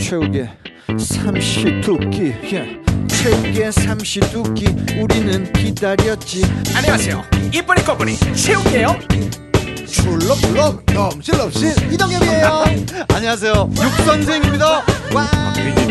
최후의 삼시두끼 예. 최후의 삼시두끼 우리는 기다렸지 안녕하세요. 이쁜이 꺼분이 최욱이에요. 출렁출렁 넘실넘실 이동엽이에요 안녕하세요 육선생입니다 와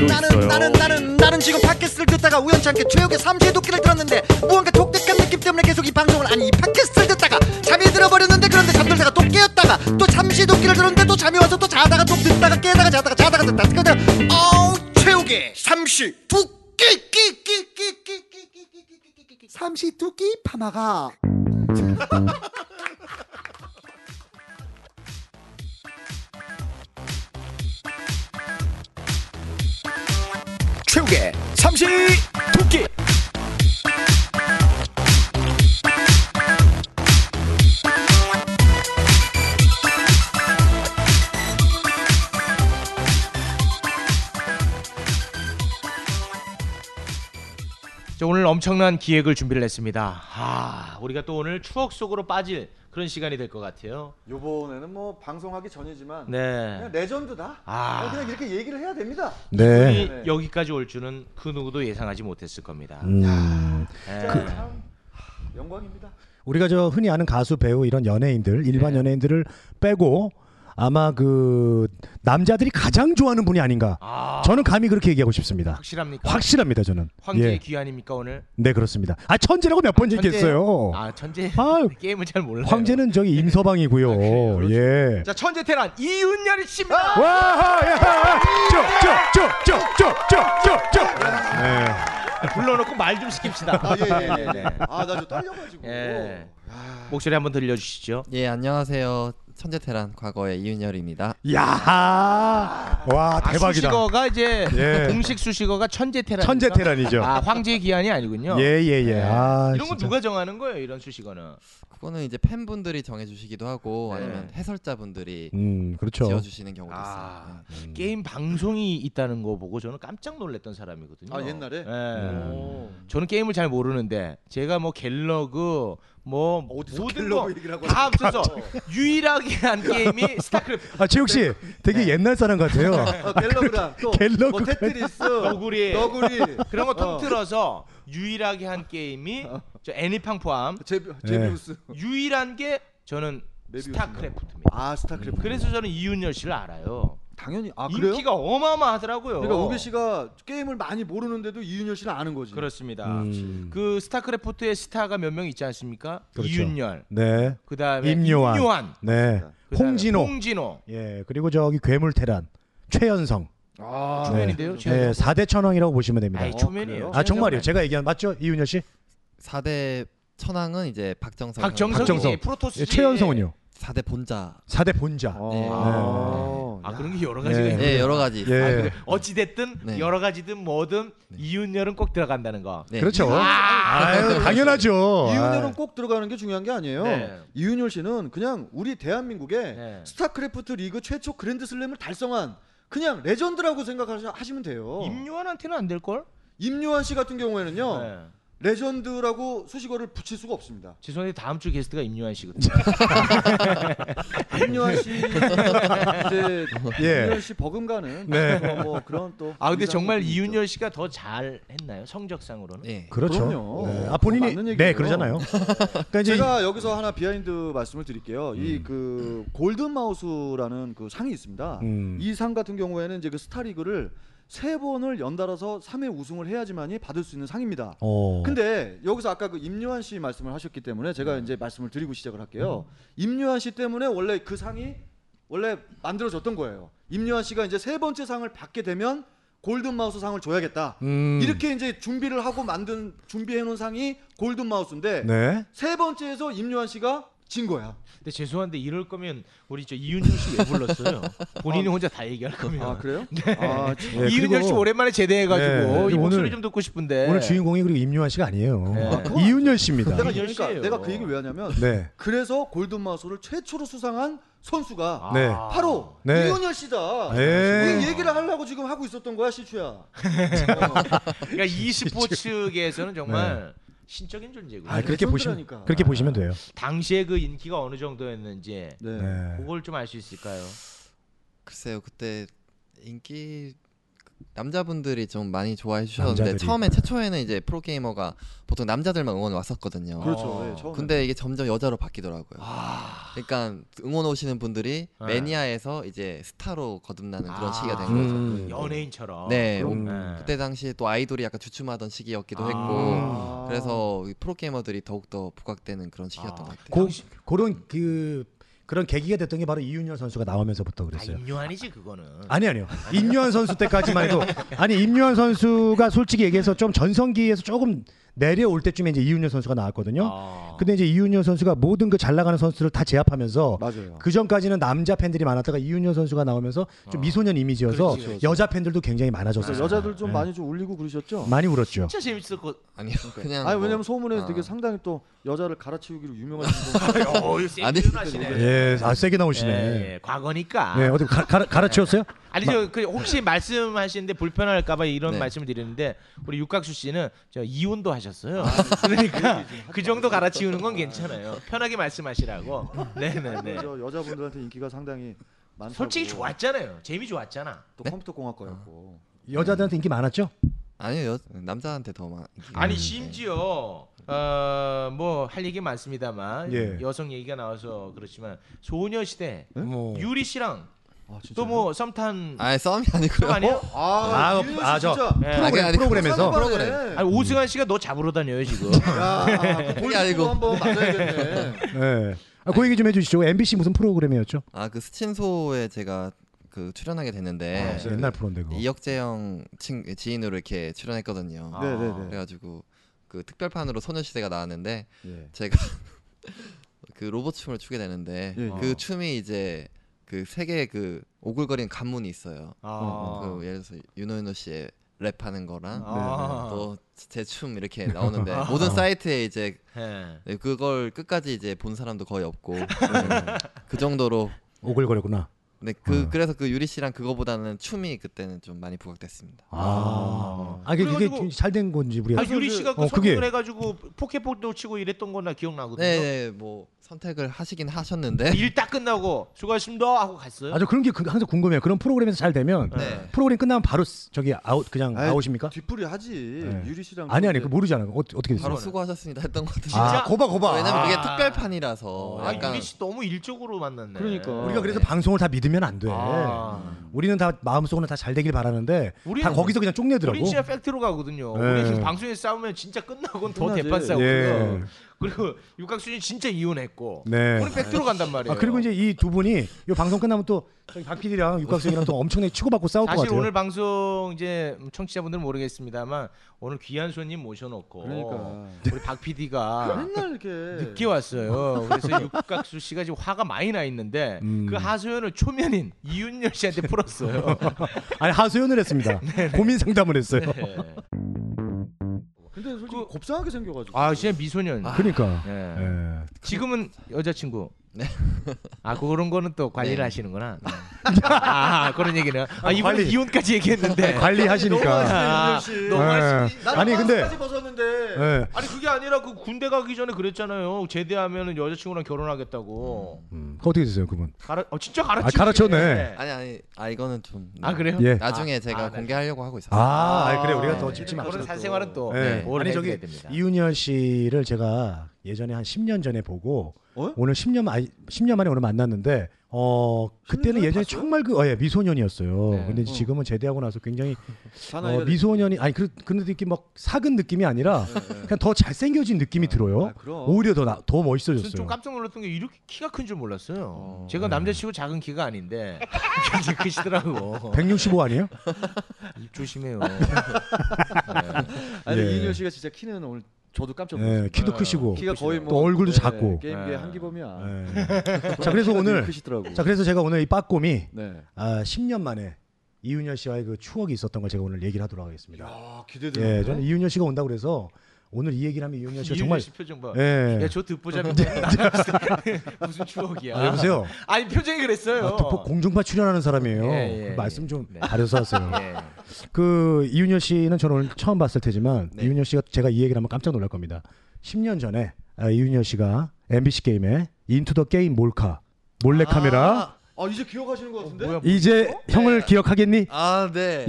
나는 나는 나는 나는 지금 팟캐스트를 듣다가 우연찮게 최욱의 삼시의 도끼를 들었는데 무언가 독특한 느낌 때문에 계속 이 방송을 아니 이 팟캐스트를 듣다가 잠이 들어버렸는데 그런데 잠들다가 또 깨었다가 또 삼시의 도끼를 들었는데 또 잠이 와서 또 자다가 또 듣다가 깨다가 자다가 자다가 듣다가 그냥 어우 최욱의 삼시 도끼 끼끼끼끼끼끼끼끼끼끼끼끼 삼시 도끼 파마가 최욱의 삼시 도끼. 자, 오늘 엄청난 기획을 준비를 했습니다. 아, 우리가 또 오늘 추억 속으로 빠질 그런 시간이 될 것 같아요. 요번에는 뭐 방송하기 전이지만 네. 그냥 레전드다. 아. 그냥 이렇게 얘기를 해야 됩니다. 네 이- 여기까지 올 줄은 그 누구도 예상하지 못했을 겁니다. 음. 네. 참 영광입니다. 우리가 저 흔히 아는 가수, 배우 이런 연예인들, 일반 네. 연예인들을 빼고 아마 그 남자들이 가장 좋아하는 분이 아닌가. 아, 저는 감히 그렇게 얘기하고 싶습니다. 확실합니까? 확실합니다, 저는. 황제의 예. 귀환입니까 오늘? 네, 그렇습니다. 아, 천재라고 몇 번 얘기했어요. 아, 천재. 아, 게임을 잘 몰라요. 황제는 저기 임서방이고요. 아, 그래요? 그렇죠. 예. 자, 천재 테란 이은열이 아, 씨입니다. 와하, 야하, 쪼, 쪼, 쪼, 쪼, 쪼, 쪼, 쪼. 네. 불러놓고 말 좀 시킵시다. 아, 예, 예, 예. 아, 나 좀 떨려가지고. 네, 예. 목소리 한번 들려주시죠. 예 안녕하세요 천재테란 과거의 이윤열입니다. 야하. 와, 아, 대박이다. 수식어가 이제 예. 공식 수식어가 천재 테란. 천재 테란이죠. 아, 황제의 귀환이 아니군요. 예, 예, 예. 아, 네. 이런 건 진짜. 누가 정하는 거예요? 이런 수식어는. 그거는 이제 팬분들이 정해주시기도 하고 네. 아니면 해설자분들이 음, 그렇죠. 지어주시는 경우도 아, 있어요. 네. 음. 게임 방송이 있다는 거 보고 저는 깜짝 놀랐던 사람이거든요. 아, 옛날에? 예. 오. 음. 저는 게임을 잘 모르는데 제가 뭐 갤러그 뭐 어디서 모든 갤러그 얘기를 하고 어. 거다 합쳐서 유일하게 한 게임이 스타크래프트. 아 최욱 씨 되게 옛날 사람 같아요. 네. 어, 갤러그랑 또 갤러그. 뭐 테트리스, 너구리. 너구리 그런 거 어, 통틀어서 유일하게 한 게임이 저 애니팡 포함 제비 제비우스. 유일한 게 저는 메비우스인가? 스타크래프트입니다. 아 스타크래프트. 그래서 저는 이윤열 씨를 알아요. 당연히 아 그래요? 인기가 어마어마하더라고요. 그러니까 우기 씨가 게임을 많이 모르는데도 이윤열 씨는 아는 거지. 그렇습니다. 음. 그 스타크래프트의 스타가 몇 명 있지 않습니까? 그렇죠. 이윤열, 네, 그다음에 임요한, 임요한, 네, 그다음에 홍진호, 홍진호, 예, 그리고 저기 괴물 테란 최연성, 아, 초면인데요. 네, 4대 천왕이라고 보시면 됩니다. 아이 초면이에요. 아 정말요? 제가 얘기한 맞죠, 이윤열 씨? 4대 천왕은 이제 박정석, 박정성이 박정성. 이제 프로토스 예, 최연성은요? 4대 본자. 4대 본자. 어, 네. 아, 아 그런 게 여러 가지가 네. 있는 예 여러 가지. 예, 아, 어찌 됐든 네. 여러 가지든 뭐든 이윤열은 꼭 들어간다는 거. 네. 그렇죠. 아유, 당연하죠. 이윤열은 아, 꼭 들어가는 게 중요한 게 아니에요. 네. 이윤열 씨는 그냥 우리 대한민국의 네. 스타크래프트 리그 최초 그랜드슬램을 달성한 그냥 레전드라고 생각하시면 돼요. 어. 임요한한테는 안 될 걸? 임요한 씨 같은 경우에는 네. 레전드라고 수식어를 붙일 수가 없습니다. 죄송한데 다음 주 게스트가 임요한 씨거든요. 네. 임요한 씨 이제 예. 임요한 씨 버금가는 네. 뭐, 뭐 그런 또. 아 근데 정말 인상도 있죠. 이윤열 씨가 더 잘 했나요? 성적상으로는? 네. 그렇죠. 그럼요. 네, 아 맞는 본인이 얘기예요. 네 그러잖아요. 그러니까 이제 제가 여기서 하나 비하인드 말씀을 드릴게요. 음. 이 그 골든 마우스라는 그 상이 있습니다. 음. 이 상 같은 경우에는 이제 그 스타리그를 세 번을 연달아서 3회 우승을 해야지만이 받을 수 있는 상입니다. 어, 근데 여기서 아까 그 임요한 씨 말씀을 하셨기 때문에 네. 제가 이제 말씀을 드리고 시작을 음. 할게요. 임요한 씨 때문에 원래 그 상이 원래 만들어졌던 거예요. 임요한 씨가 이제 세 번째 상을 받게 되면 골든 마우스 상을 줘야겠다. 음. 이렇게 이제 준비를 하고 만든 준비해 놓은 상이 골든 마우스인데 네, 세 번째에서 임요한 씨가 진 거야. 근데 죄송한데 이럴 거면 우리 저 이윤열 씨 왜 불렀어요? 본인이 혼자 다 얘기할 거면. 아 그래요? 아 참. 그렇죠. 네, 이윤열 그리고- 씨 오랜만에 네, 제대해가지고 그리고 이 목소리 오늘- 좀 듣고 싶은데 오늘 주인공이 그리고 임요한 씨가 아니에요. 이윤열 씨입니다. 내가 이윤열 네. 그러니까 씨예요. 내가 그 얘기를 왜 하냐면 네, 그래서 골든 마우스를 최초로 수상한 아, 선수가 네. 바로 네. 이윤열 씨다. 예. 이 얘기를 하려고 지금 하고 있었던 거야 시추야. 어. 그러니까 이 스포츠계에서는 정말 신적인 존재고 네. 아 요 그렇게 보시면 레전드라니까. 그렇게 보시면 돼요. 당시에 그 인기가 어느 정도였는지 네. 네. 그걸 좀 알 수 있을까요? 글쎄요 그때 인기 남자분들이 좀 많이 좋아해 주셨는데 남자들이. 처음에 최초에는 이제 프로게이머가 보통 남자들만 응원 왔었거든요. 그렇죠. 어. 예, 처음에. 근데 이게 점점 여자로 바뀌더라고요. 그러니까 응원 오시는 분들이 네. 매니아에서 이제 스타로 거듭나는 그런 아. 시기가 된 거죠. 음. 연예인처럼. 네, 그럼- 뭐 네. 그때 당시에 또 아이돌이 약간 주춤하던 시기였기도 아. 했고 음. 그래서 이 프로게이머들이 더욱더 부각되는 그런 시기였던 아. 것 같아요. 고, 그런 그 그런 계기가 됐던 게 바로 이윤열 선수가 나오면서부터 아, 그랬어요. 임요한이지 그거는. 아니 아니요. 임요한 선수 때까지만 해도 아니 임요한 선수가 솔직히 얘기해서 좀 전성기에서 조금 내려올 때쯤에 이제 이윤열 선수가 나왔거든요. 아. 근데 이제 이윤열 선수가 모든 그 잘 나가는 선수를 다 제압하면서 맞아요. 그 전까지는 남자 팬들이 많았다가 이윤열 선수가 나오면서 좀 미소년 이미지여서 아. 그렇지, 그렇지. 여자 팬들도 굉장히 그래서 네, 많아졌어요. 여자들 좀 많이 좀 울리고 음. 그러셨죠? 많이 울었죠. 진짜 재밌을 것. 아니요, 그냥 아니 뭐- 왜냐면 소문에 아. 되게 상당히 또 여자를 갈아치우기로 유명하신 분. 어, 아니. 세분하시네. 예, 아 세게 나오시네. 예, 예, 과거니까. 네, 어디 가, 가, 갈아치웠어요? 아니 저그 혹시 말씀하시는데 불편할까봐 이런 네. 말씀을 드리는데 우리 육각수 씨는 저 이혼도 하셨어요. 그러니까 그 정도 갈아치우는 건 괜찮아요. 편하게 말씀하시라고. 아, 네네네. 저 여자분들한테 인기가 상당히 많다고. 솔직히 좋았잖아요. 재미 좋았잖아. 또 네. 컴퓨터 공학과였고. 네. 여자들한테 인기 많았죠? 아니요, 여- 남자한테 더 많. 아니 심지어 어뭐 할 얘기 많습니다만 예. 여성 얘기가 나와서 그렇지만 소녀시대 뭐. 유리 씨랑 아 진짜. 또 뭐 썸탄 아, 썸이 그거 아니고요. 아니에요? 아, 어. 아, 이윤 씨 아, 저- 진짜. 예. 아니, 프로그램, 아니, 프로그램에서 뭐. 프로그램. 아니 오승환 씨가 너 잡으러 다녀요 지금. 야, 그게 그게 아니고. 아니고 한번 맞아야겠네. 예. 아, 그 얘기 좀 해주시죠. MBC 무슨 프로그램이었죠? 아, 그 스친소에 제가 그 출연하게 네. 됐는데 아, 옛날 프로인데 그거. 이혁재형 친 지인으로 이렇게 출연했거든요. 아. 네네네. 그래가지고 그 특별판으로 소녀시대가 나왔는데 네. 예. 제가 그 로봇 춤을 추게 되는데 예, 아. 그 춤이 이제 그 세계 그 오글거리는 간문이 있어요. 아. 그 예를 들어서 윤호윤호 씨의 랩하는 거랑 아. 또 제 춤 이렇게 나오는데 모든 사이트에 이제 예. 그걸 끝까지 이제 본 사람도 거의 없고 네. 그 정도로 오글거렸구나. 근데 아. 그 그래서 그 유리 씨랑 그거보다는 춤이 그때는 좀 많이 부각됐습니다. 아, 아 그게, 그래가지고- 그게 잘 된 건지 우리가. 아 유리 씨가 그 어, 그게- 선택을 해가지고 포켓볼도 치고 이랬던 거나 기억나거든요. 네, 네, 뭐 선택을 하시긴 하셨는데 일 딱 끝나고 수고하셨습니다 하고 갔어요. 아주 그런 게 그- 항상 궁금해요. 그런 프로그램에서 잘 되면 네. 프로그램 끝나면 바로 쓰- 저기 아웃 그냥 아이, 아웃입니까? 뒷풀이 하지. 네. 유리 씨랑 아니 아니 그때 그 모르잖아요. 어, 떻게 됐어요? 바로 수고하셨습니다 했던 것 같은데 아, 진짜? 고봐 고봐. 왜냐면 아, 그게 특별판이라서 아, 어, 약간 유리 씨 너무 일적으로 만났네. 그러니까. 우리가 그래서 네. 방송을 다 믿으면 안 돼. 아. 우리는 다 마음속으로 다 잘 되길 바라는데 다 우리는- 거기서 그냥 쪽내더라고. 우린 진짜 팩트로 가거든요. 네. 우리 지금 방송에서 싸우면 진짜 끝나곤 더 끝나지. 대판 싸우고요. 예. 그리고 육각수는 진짜 이혼했고 네. 우리 팩트로 간단 말이에요. 아 그리고 이제 이 두 분이 이 방송 끝나면 또 저기 박 PD랑 육각생이랑 또 엄청나게 치고받고 싸울 것 사실 같아요. 오늘 방송 이제 청취자분들은 모르겠습니다만 오늘 귀한 손님 모셔놓고 뭐. 그러니까. 우리 박 PD가 맨날 이렇게 늦게 왔어요. 네. 그래서 육각수 씨가 지금 화가 많이 나 있는데 음. 그 하소연을 초면인 이윤열 씨한테 풀었어요. 아니 하소연을 했습니다. 고민 상담을 했어요. 네. 근데 솔직히 그- 곱상하게 생겨가지고. 아 진짜 미소년. 그러니까. 예. 예. 지금은 여자친구. 네. 아 그런 거는 또 관리를 네. 하시는구나. 네. 아 그런 얘기는. 아 이번에 예. 네, 관리. 이혼까지 얘기했는데. 관리하시니까. 아, 윤열 씨. 너무 하시- 예. 아니 근데 마스크까지 벗었는데. 예. 네. 아니 그게 아니라 그 군대 가기 전에 그랬잖아요. 제대하면은 여자친구랑 결혼하겠다고. 음, 그거 어떻게 됐어요 그분? 가라, 어, 진짜 가르치. 아, 가르쳤네. 아니 아니 아 이거는 좀 아 그래요? 예. 나중에 아, 제가 아, 네. 공개하려고 하고 있었어요. 아, 아니, 그래 우리가 아, 더 네. 짚지 마. 그런 사생활은 또 예. 네. 오래 아니 해야 저기 됩니다. 이윤열 씨를 제가 예전에 한 10년 전에 보고 어? 오늘 10년 아니 10년 만에 오늘 만났는데 어 그때는 전에 예전에 봤어요? 정말 그 어, 예, 미소년이었어요. 네. 근데 어. 지금은 제대하고 나서 굉장히 사나이가 어, 미소년이 아니 그, 그런 느낌 막 사근 느낌이 아니라 그냥 더 잘생겨진 느낌이 들어요. 네. 아, 그럼. 오히려 더 나 더 저는 좀 멋있어졌어요. 깜짝 놀랐던 게 이렇게 키가 큰 줄 몰랐어요. 네. 제가 남자치고 작은 키가 아닌데 굉장히 크시더라고. 165 아니에요? 입 조심해요. 아니 예. 이윤열 씨가 진짜 키는 오늘 저도 깜짝 놀랐어요. 예, 키도 크시고. 키가 거의 뭐 또 얼굴도 예, 작고. 게임계 예. 한기범이야. 예. 자 그래서 키가 되게 오늘 크시더라고. 자 그래서 제가 오늘 이 빠꼼이 네. 아, 10년 만에 이윤열 씨와의 그 추억이 있었던 걸 제가 오늘 얘기를 하도록 하겠습니다. 아 기대되네. 예, 저는 이윤열 씨가 온다고 그래서 오늘 이 얘기를 하면 이윤열 씨가 정말 이윤열 씨 표정 봐. 예. 야, 저 듣보잡인데 나는 무슨 추억이야. 아, 여보세요. 아니 표정이 그랬어요. 아, 특폭 공중파 출연하는 사람이에요. 예, 예, 그 말씀 좀 네. 가려서 하세요. 예. 그 이윤열 씨는 저는 오늘 처음 봤을 테지만 네. 이윤열 씨가 제가 이 얘기를 하면 깜짝 놀랄 겁니다. 10년 전에 아, 이윤열 씨가 MBC 게임에 인투 더 게임 몰카 몰래 카메라 아 이제 기억하시는 것 같은데? 뭐야? 네. 이제 형을 기억하겠니? 아 네.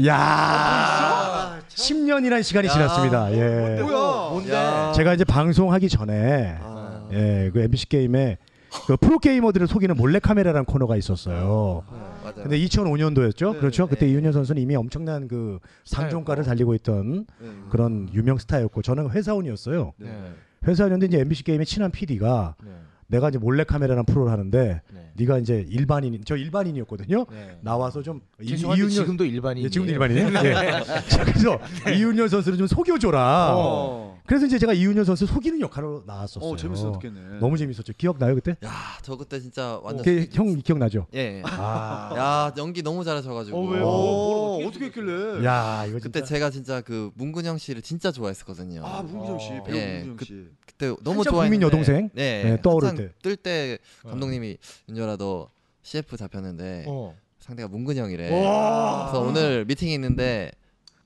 아, 야 10년이란 시간이 야, 지났습니다. 예. 어, 어, 뭐야? 뭔데? 야. 아, 제가 이제 방송하기 전에 아. 예, 그 MBC 게임에 그 프로게이머들을 속이는 몰래카메라라는 코너가 있었어요. 네. 맞아요. 근데 2005년도였죠. 그렇죠. 그때 네. 이윤현 선수는 이미 엄청난 그 상종가를 달리고 있던 그런 유명 스타였고 저는 회사원이었어요. 네. 회사원인데 이제 MBC 게임의 친한 PD가 네. 내가 이제 몰래카메라라는 프로를 하는데 네. 네가 이제 일반인 저 일반인이었거든요. 네. 나와서 좀 이- 죄송한데 지금도 일반인. 예, 지금도 일반인이에요. 예. 자, 그래서 이윤열 선수를 좀 속여줘라. 어. 그래서 이제 제가 이윤열 선수 속이는 역할로 나왔었어요. 어 재밌었겠네. 너무 재밌었죠. 기억나요 그때? 야, 저 그때 진짜 완전 그, 형 기억나죠? 예. 예. 아, 야, 연기 너무 잘하셔 가지고. 어, 오, 왜요? 어, 뭘 어떻게 했길래? 야 이거 진짜. 그때 제가 진짜 그 문근영 씨를 진짜 좋아했었거든요. 아 문기정 씨 배우 예, 문기정 그- 씨. 그때 너무 한참 좋아했는데. 국민 여동생? 네. 네, 떠오를 한창 때. 네. 뜰 때 감독님이 윤열아 너 CF 잡혔는데 어. 아, 상대가 문근영이래. 어. 아. 그래서 오늘 미팅이 있는데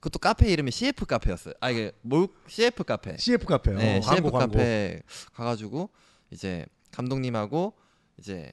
그것도 카페 이름이 CF 카페였어요. 아 이게 몰 CF 카페. CF 카페. 네, 어, CF 광고 광고. 카페 가가지고 이제 감독님하고 이제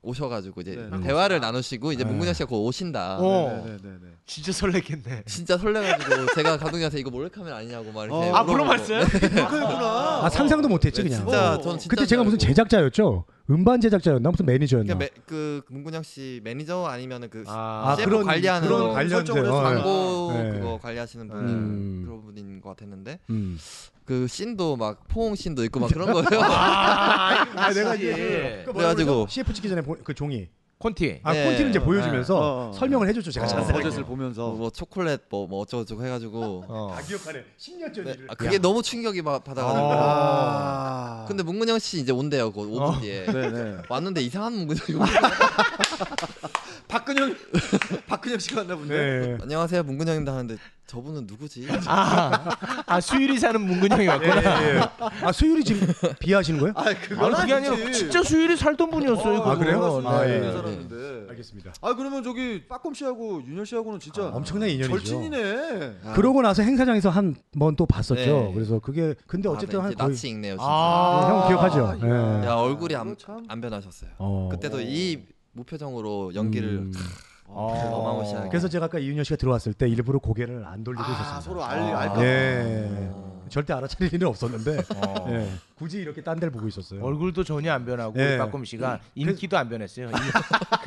오셔가지고 이제 네, 네. 대화를 나누시고 이제 네. 문근영 씨가 곧 오신다. 어. 네네네. 진짜 설렜겠네. 진짜 설레가지고 제가 감독님한테 이거 몰래카메라 아니냐고 막 이렇게 아 물어보고. 네. 물어봤어요? 네. 그랬구나. 아 상상도 못했지 그냥. 진짜 어. 저는 진짜 그때 제가 무슨 제작자였죠? 음반 제작자였나 무슨 매니저였나? 그러니까 매, 그 문근영 씨 매니저 아니면은 그 아, 아 CF 그런 관리하는 그런 거. 관련된. 설정을 해서 어, 광고. 광고 네. 그거 관리하시는 분 음. 그런 분인 것 같았는데 음. 그 씬도 막 포옹 씬도 있고 막 그런 거예요. 아 내가 이제 그 뭐라 그래가지고. 그러죠? CF 찍기 전에 보, 그 종이. 콘티. 아 네. 콘티를 이제 보여주면서 어, 어. 설명을 해줬죠 제가 어. 자세하게. 버젯을 보면서 뭐 초콜릿 뭐, 뭐 어쩌고저쩌고 해가지고 어. 아, 기억하네. 10년 전 네, 아, 그게 너무 충격이 막 받아가지고 아. 근데 문근영 씨 이제 온대요 그 5분 뒤에 네네. 왔는데 이상한 문근영이 박근영 박근영 씨가 왔나 본데. 네. 안녕하세요 문근영입니다 하는데 저분은 누구지? 아, 아 수유리 사는 문근형이 왔구나. 아 수율이 지금 비하하시는 거예요? 아 그건 아니 그게 아니라 진짜 수유리 살던 분이었어요. 아, 그래요? 그거. 아, 아, 예. 사람인데. 알겠습니다. 아 그러면 저기 빠꼼 씨하고 윤열 씨하고는 진짜 아, 아. 엄청난 인연이죠. 절친이네. 그러고 나서 행사장에서 한 번 또 봤었죠. 네. 그래서 그게 근데 어쨌든 아, 나 한 이제 거의 낯이 익네요 진짜 아. 예, 형 기억하죠. 아, 예. 야 얼굴이 안, 그거 참. 안 변하셨어요 어. 그때도 이 무표정으로 연기를 음. 아. 어마무시하게 그래서 제가 아까 이윤현 씨가 들어왔을 때 일부러 고개를 안 돌리고 있었습니다. 아 서로 알 알까. 예. 어. 절대 알아차릴 일은 없었는데 어. 예. 굳이 이렇게 딴 데를 보고 있었어요. 얼굴도 전혀 안 변하고 예. 우리 빠꼼 씨가 인기도 안 변했어요. 이-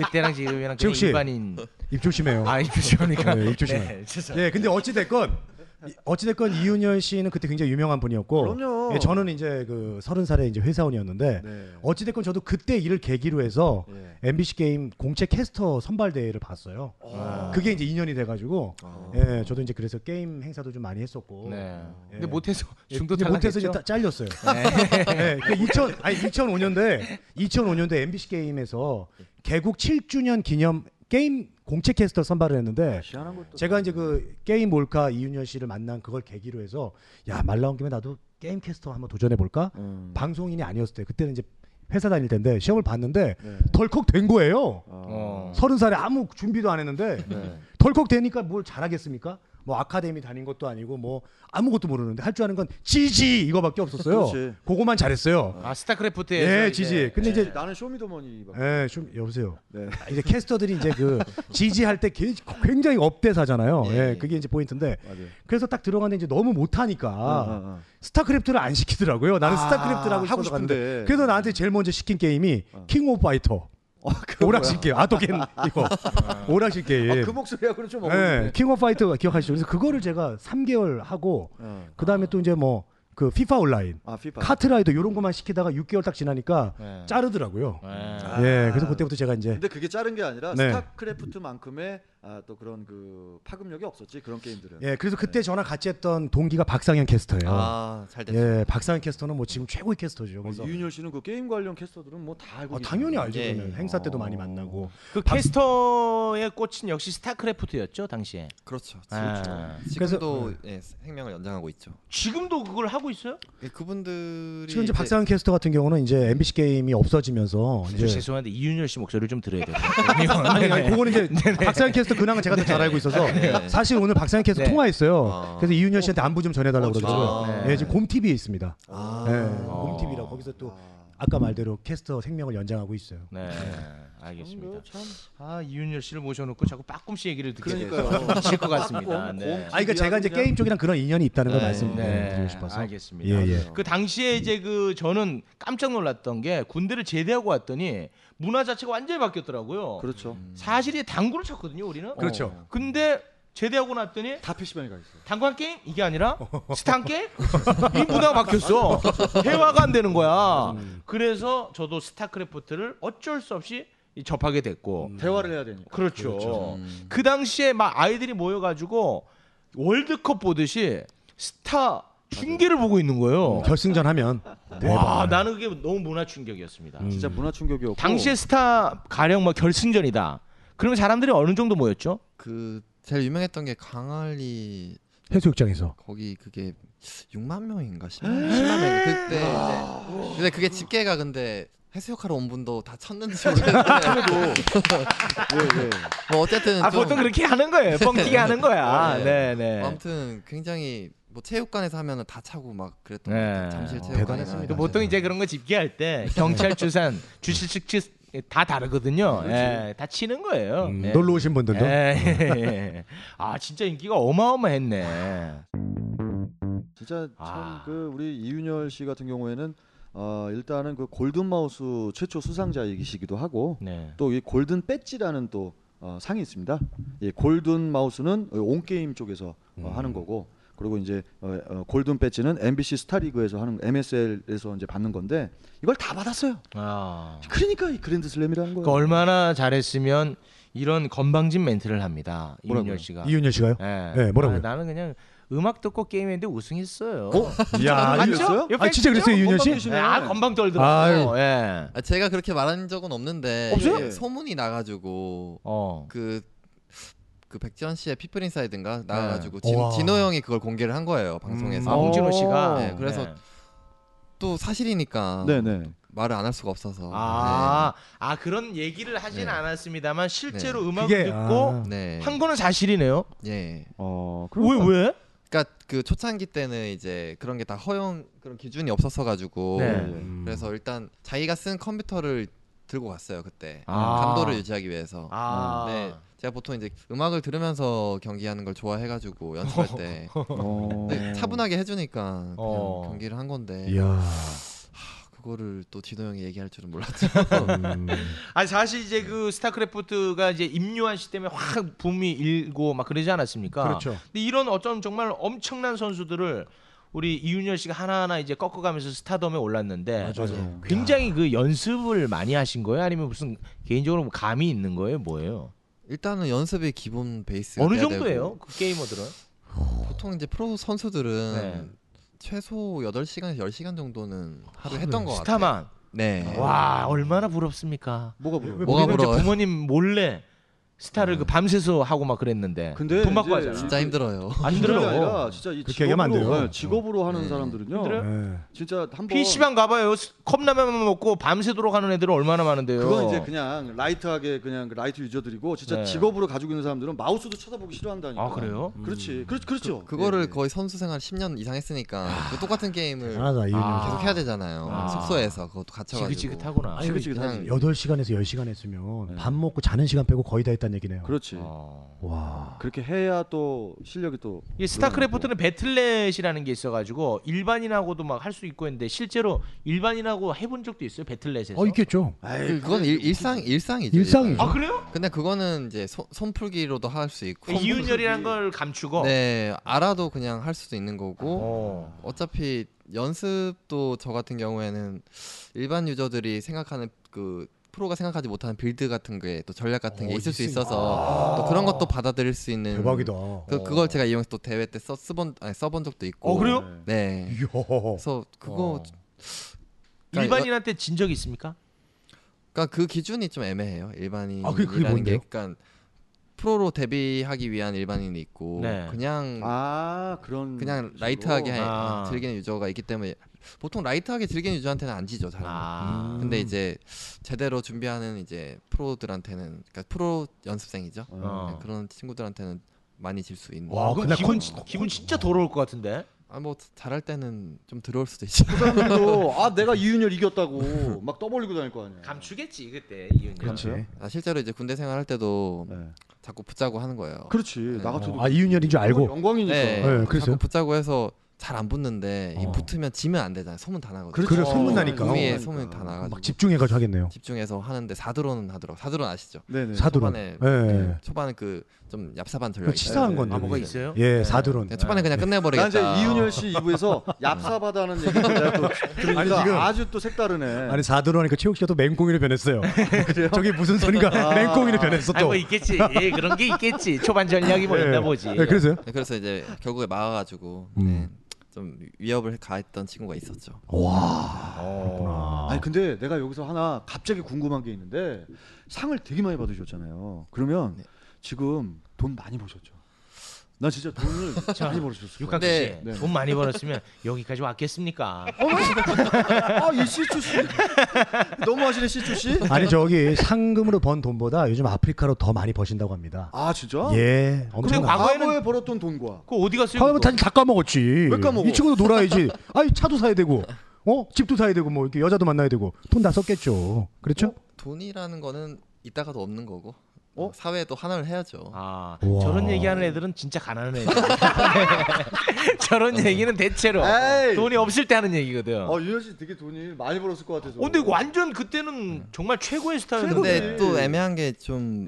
그때랑 그 지금이랑 그냥 지욱 씨. 일반인 입 조심해요. 아 입조심하니까 네, 입 조심해. 죄송합니다. 예, 근데 어찌 됐건 어찌 됐건 이윤열 씨는 그때 굉장히 유명한 분이었고, 그럼요. 예, 저는 이제 그 서른 살에 이제 회사원이었는데 네. 어찌 됐건 저도 그때 일을 계기로 해서 예. MBC 게임 공채 캐스터 선발 대회를 봤어요. 아. 그게 이제 인연이 돼가지고, 예, 저도 이제 그래서 게임 행사도 좀 많이 했었고. 네. 예. 근데 뭐 못해서 예, 중도 이제 못해서 이제 탈락했죠. 따- 잘렸어요. 네. 그 2000, 아니 2005년도에 2005년도 MBC 게임에서 개국 7주년 기념 게임 공채 캐스터 선발을 했는데 희한한 것도. 제가 이제 그 게임 몰카 이윤열 씨를 만난 그걸 계기로 해서 야 말 나온 김에 나도 게임 캐스터 한번 도전해 볼까? 음. 방송인이 아니었을 때 그때는 이제 회사 다닐 텐데 시험을 봤는데 네. 덜컥 된 거예요. 어. 서른 살에 아무 준비도 안 했는데 네. 덜컥 되니까 뭘 잘하겠습니까? 뭐 아카데미 다닌 것도 아니고 뭐 아무것도 모르는데 할 줄 아는 건 지지 이거밖에 없었어요. 그렇지. 네, 그거만 잘했어요. 아 스타크래프트에서 예, 이제- 지지. 근데 이제 나는 쇼미더머니. 막- 예, 좀 여보세요. 아, 네. 이제 캐스터들이 이제 그 지지할 때 개- 굉장히 업대사잖아요. 네. 예, 그게 이제 포인트인데. 맞아요. 그래서 딱 들어갔는데 이제 너무 못하니까 아, 스타크래프트를 안 시키더라고요. 나는 스타크래프트라고 하고 싶어서 갔는데. 싶은데. 그래서 나한테 제일 먼저 시킨 게임이 킹 오브 파이터. 어, 그 오락실 게임. 아또겐 이거. 오락실 게임. 아, 그 목소리하고는 좀 어울리네. 예, 킹 오브 파이터 기억하시죠? 그래서 그거를 제가 3개월 하고 어. 그다음에 또 이제 뭐 그 피파 온라인, 아 피파. 카트라이더 요런 것만 시키다가 6개월 딱 지나니까 네. 자르더라고요. 예. 아. 예, 그래서 그때부터 제가 이제 근데 그게 자른 게 아니라 네. 스타크래프트만큼의 아, 또 그런 그 파급력이 없었지 그런 게임들은. 예, 그래서 그때 저랑 같이 했던 동기가 박상현 캐스터예요. 아잘 됐어 예, 박상현 캐스터는 뭐 지금 최고의 캐스터죠. 그래서 이윤열 씨는 그 게임 관련 캐스터들은 뭐 다 알고. 아, 계시죠. 당연히 알죠. 예, 저는 예. 행사 때도 많이 만나고. 그 캐스터의 꽃은 역시 스타크래프트였죠 당시에. 그렇죠 아. 지금도 예, 생명을 연장하고 있죠 지금도 그걸 하고 있어요? 예, 그분들이 지금 이제 이제- 박상현 캐스터 같은 경우는 이제 MBC 게임이 없어지면서 저 이제 네. 죄송한데 이윤열 씨 목소리를 좀 들어야 될 것 같아요. 네. 아니, 아니 그거는 이제 박상현 캐스터 근황은 제가 더 잘 알고 있어서 네. 사실 오늘 박상현 캐스터 네. 아. 통화했어요. 아. 그래서 이윤열 씨한테 안부 좀 전해달라고 어, 그러더라고요. 네, 진짜요? 예, 지금 곰 TV에 있습니다. 아. 예, 곰 TV라고 거기서 또 아까 말대로 캐스터 생명을 연장하고 있어요. 뭐 네, 알겠습니다. 아 이윤열 씨를 모셔놓고 자꾸 빠꿈씨 얘기를 듣게 그러니까요. 돼서 미칠 것 같습니다. 빠꿈, 네. 곰. 아 그러니까 제가 이제 그냥- 게임 쪽이랑 그런 인연이 있다는 걸 네, 말씀드리고 싶어서. 알겠습니다. 예, 예. 그 당시에 이제 그 저는 깜짝 놀랐던 게 군대를 제대하고 왔더니 문화 자체가 완전히 바뀌었더라고요. 그렇죠. 사실이 당구를 쳤거든요, 우리는. 그렇죠. 어. 근데 제대하고 났더니 다 PC방에 가 있어요. 당관 게임 이게 아니라 어. 스탄 게임 이 문화가 바뀌었어. 대화가 안 되는 거야. 그래서 저도 스타크래프트를 어쩔 수 없이 이 접하게 됐고. 음. 대화를 해야 되니까. 그렇죠. 그 당시에 막 아이들이 모여가지고 월드컵 보듯이 스타 중계를 보고 있는 거예요. 결승전 하면 와, 음. 대박. 나는 그게 너무 문화 충격이었습니다. 음. 진짜 문화 충격이었고. 당시에 스타 가령 막 결승전이다. 그러면 사람들이 어느 정도 모였죠? 그 제일 유명했던 게 강할리 해수욕장에서. 거기 그게 6만 명인가 10만, 10만 명 그때 이제 근데 그게 집계가 근데 해수욕하러 온 분도 다 쳤는지 모르겠는데 예, 예. 뭐 네, 어쨌든 아 좀 보통 그렇게 하는 거예요. 뻥튀기 하는 거야. 네, 네. 뭐 네. 아무튼 굉장히 뭐 체육관에서 하면은 다 차고 막 그랬던 것 네. 같아요. 잠실 어, 체육관에서 대단했습니다. 또 보통 이제 그런 거 집계할 때 경찰 주산 주실 측치 다 다르거든요. 예, 다 치는 거예요. 그렇죠. 음, 예. 놀러 오신 분들도. 네. 예, 예, 예. 아 진짜 인기가 어마어마했네. 진짜 참 아. 그 우리 이윤열 씨 같은 경우에는 어, 일단은 그 골든 마우스 최초 수상자이시기도 하고 네. 또 이 골든 배지라는 또 어, 상이 있습니다. 예, 골든 마우스는 온 게임 쪽에서 어, 하는 거고 그리고 이제 어, 어, 골든 배지는 MBC 스타리그에서 하는 MSL에서 이제 받는 건데 이걸 다 받았어요. 아. 그러니까 이 그랜드 슬램이라는 거예요. 그 얼마나 잘했으면 이런 건방진 멘트를 합니다. 뭐라고요? 이윤열 씨가. 이윤열 씨가요? 예. 네, 뭐라고요? 아, 나는 그냥 음악 듣고 게임했는데 우승했어요. 이야, 맞죠? 이윤- 아 진짜 그랬어요 이윤열 씨? 건방지시네. 아 건방 떨더라고. 예. 아, 제가 그렇게 말한 적은 없는데 없어요? 이게 소문이 나가지고 어. 그. 그 백지현 씨의 피플 인사이드인가 나와가지고 진, 우와. 진호 형이 그걸 공개를 한 거예요 방송에서 아, 홍진호 씨가. 네, 그래서 또 사실이니까 네네. 말을 안 할 수가 없어서 아, 아 그런 얘기를 하진 네. 않았습니다만 실제로 음악 그게, 듣고 아. 네, 네. 한 거는 사실이네요. 예. 어 왜 왜? 그러니까 그 초창기 때는 이제 그런 게 다 허용 그런 기준이 없었어 가지고 네. 음. 그래서 일단 자기가 쓴 컴퓨터를 들고 갔어요 그때 아. 감도를 유지하기 위해서 아, 네 제가 보통 이제 음악을 들으면서 경기하는 걸 좋아해 가지고 연습할 때 어. 근데 차분하게 해주니까 그냥 어. 경기를 한 건데 아, 아, 이야. 그거를 또 디노 형이 얘기할 줄은 몰랐죠 아니 사실 이제 그 스타크래프트가 이제 임요한 씨 때문에 확 붐이 일고 막 그러지 않았습니까? 그렇죠. 근데 이런 어쩜 정말 엄청난 선수들을 우리 이윤열 씨가 하나하나 이제 꺾어가면서 스타덤에 올랐는데 맞아요. 굉장히 그 연습을 많이 하신 거예요? 아니면 무슨 개인적으로 뭐 감이 있는 거예요? 뭐예요? 일단은 연습이 기본 베이스 어느 정도예요? 그 게이머들은? 보통 이제 프로 선수들은 네. 최소 8시간에서 10시간 정도는 하루 했던 것 같아요. 스타만. 네. 와 얼마나 부럽습니까? 뭐가 부러워? 뭐가 우리는 이제 부러워요? 네. 부모님 몰래 스타를 그 밤새서 하고 막 그랬는데 근데 돈 받고 이제 하잖아. 진짜 힘들어요. 안 그게 들어. 아니라 진짜 이 그렇게 얘기하면 안 직업으로, 돼요. 네, 직업으로 하는 네. 사람들은요. 힘들어요? 예. 진짜 한번 PC방 가봐요. 스- 컵라면만 먹고 밤새도록 하는 애들은 얼마나 많은데요. 그건 이제 그냥 라이트하게 그냥 그 라이트 유저들이고 진짜 네. 직업으로 가지고 있는 사람들은 마우스도 쳐다보기 싫어한다니까. 음. 아 그래요? 그렇지. 그렇, 그렇죠. 그거를 예, 예. 거의 선수 생활 10년 이상 했으니까 그 똑같은 게임을 대단하다 이윤열. 아. 계속 해야 되잖아요. 아. 숙소에서 그것도 갇혀가지고. 지긋지긋하구나. 아니, 지긋지긋 그냥 하지. 여덟 시간에서 열 시간 했으면 네. 그렇죠. 밥 먹고 자는 시간 빼고 거의 다 했다는 얘기네요. 그렇지. 어. 와. 그렇게 해야 또 실력이 또 이 스타크래프트는 배틀넷이라는 게 있어가지고 일반인하고도 막 할 수 있고 했는데 실제로 일반인하고 해본 적도 있어요 배틀넷에서. 어 있겠죠. 그- 그건 일, 일상 일상이죠. 일상이죠. 일단. 아 그래요? 근데 그거는 이제 손, 손풀기로도 할 수 있고. 어, 이윤열이란 걸 감추고. 어, 네 알아도 그냥 할 수도 있는 거고. 어. 어차피 연습도 저 같은 경우에는 일반 유저들이 생각하는 그 프로가 생각하지 못하는 빌드 같은 게 또 전략 같은 게 어, 있을 수 있으니까. 있어서 또 그런 것도 받아들일 수 있는 대박이다. 그, 그걸 제가 이용해서 또 대회 때 써, 써본, 아니, 써본 적도 있고 어 그래요? 네 이야. 그래서 그거 어. 그러니까 일반인한테 진 적이 있습니까? 그러니까 그 기준이 좀 애매해요 일반인이라는 아, 그게- 그게 게 뭔데요? 그러니까 프로로 데뷔하기 위한 일반인이 있고 네. 그냥 아, 그런 그냥 식으로. 라이트하게 해- 아. 즐기는 유저가 있기 때문에 보통 라이트하게 즐기는 유저한테는 안 지죠 잘 아. 근데 이제 제대로 준비하는 이제 프로들한테는 그러니까 프로 연습생이죠 아. 음. 어. 네, 그런 친구들한테는 많이 질 수 있는 와, 그럼 그날 기분 콘- 기분 진짜 더러울 것 같은데. 아 뭐 잘할 때는 좀 들어올 수도 있죠. 그사람들도 아 내가 이윤열 이겼다고 막 떠벌리고 다닐 거 아니에요. 감추겠지 그때 이윤이. 그렇지. 아, 실제로 이제 군대 생활할 때도 네. 자꾸 붙자고 하는 거예요. 그렇지. 나 같아도 어. 아 이윤열인 줄 알고. 뭐 영광이니까. 네, 네, 자꾸 그랬어요? 붙자고 해서 잘 안 붙는데 이 어. 붙으면 지면 안 되잖아요. 소문 다 나거든요. 그래 소문 나니까. 어. 구미에 그러니까. 소문 다 나가지고 막 집중해가지고 하겠네요. 집중해서 하는데 사드론은 하더라고. 사드론 아시죠? 네네. 사두론. 초반에 예. 초반에 그 좀 얍삽한 전략. 그 치사한 건데. 아 뭐가 있어요? 예, 사두론. 네, 초반에 그냥 나 네. 끝내버리겠다. 이제 이윤열 씨 2부에서 얍삽하다는 얘기를 내가 또 들으니까 아니, 지금- 아주 또 색다르네. 아니 사두론이니까 최욱 씨가 또 맹꽁이로 변했어요. 저게 무슨 소린가? 맹꽁이로 변했어 아, 또. 뭐 있겠지. 예, 그런 게 있겠지. 초반 전략이 뭐 있나 보지. 예, 그래서요? 네, 그래서 이제 결국에 막아가지고 음. 네, 좀 위협을 가했던 친구가 있었죠. 아, 어. 아니 근데 내가 여기서 하나 갑자기 궁금한 게 있는데 상을 되게 많이 받으셨잖아요. 그러면 네. 지금 돈 많이 버셨죠? 나 진짜 돈을 많이 벌으셨어요. 육각 네. 씨, 네. 돈 많이 벌었으면 여기까지 왔겠습니까? 아이 시추 씨 너무 하시네 시추 씨. 아니 저기 상금으로 번 돈보다 요즘 아프리카로 더 많이 버신다고 합니다. 아 진짜? 근데 예, 엄청. 나 과거에는 과거에 벌었던 돈과 그 어디 갔어요? 과거면 그거? 다다 까먹었지. 뭐 왜 까먹어? 이 친구도 놀아야지. 아니 차도 사야 되고, 어 집도 사야 되고 뭐 이렇게 여자도 만나야 되고 돈 다 썼겠죠. 그렇죠? 돈이라는 거는 있다가도 없는 거고 뭐 어? 사회에도 환원을 해야죠. 아 우와. 저런 얘기하는 애들은 진짜 가난한 애들. 네. 저런 얘기는 대체로 아, 에이. 어, 돈이 없을 때 하는 얘기거든. 어 윤현 씨 되게 돈이 많이 벌었을 것 같아서. 어, 근데 완전 네. 그때는 정말 최고의 스타였는데 네. 근데 또 애매한 게 좀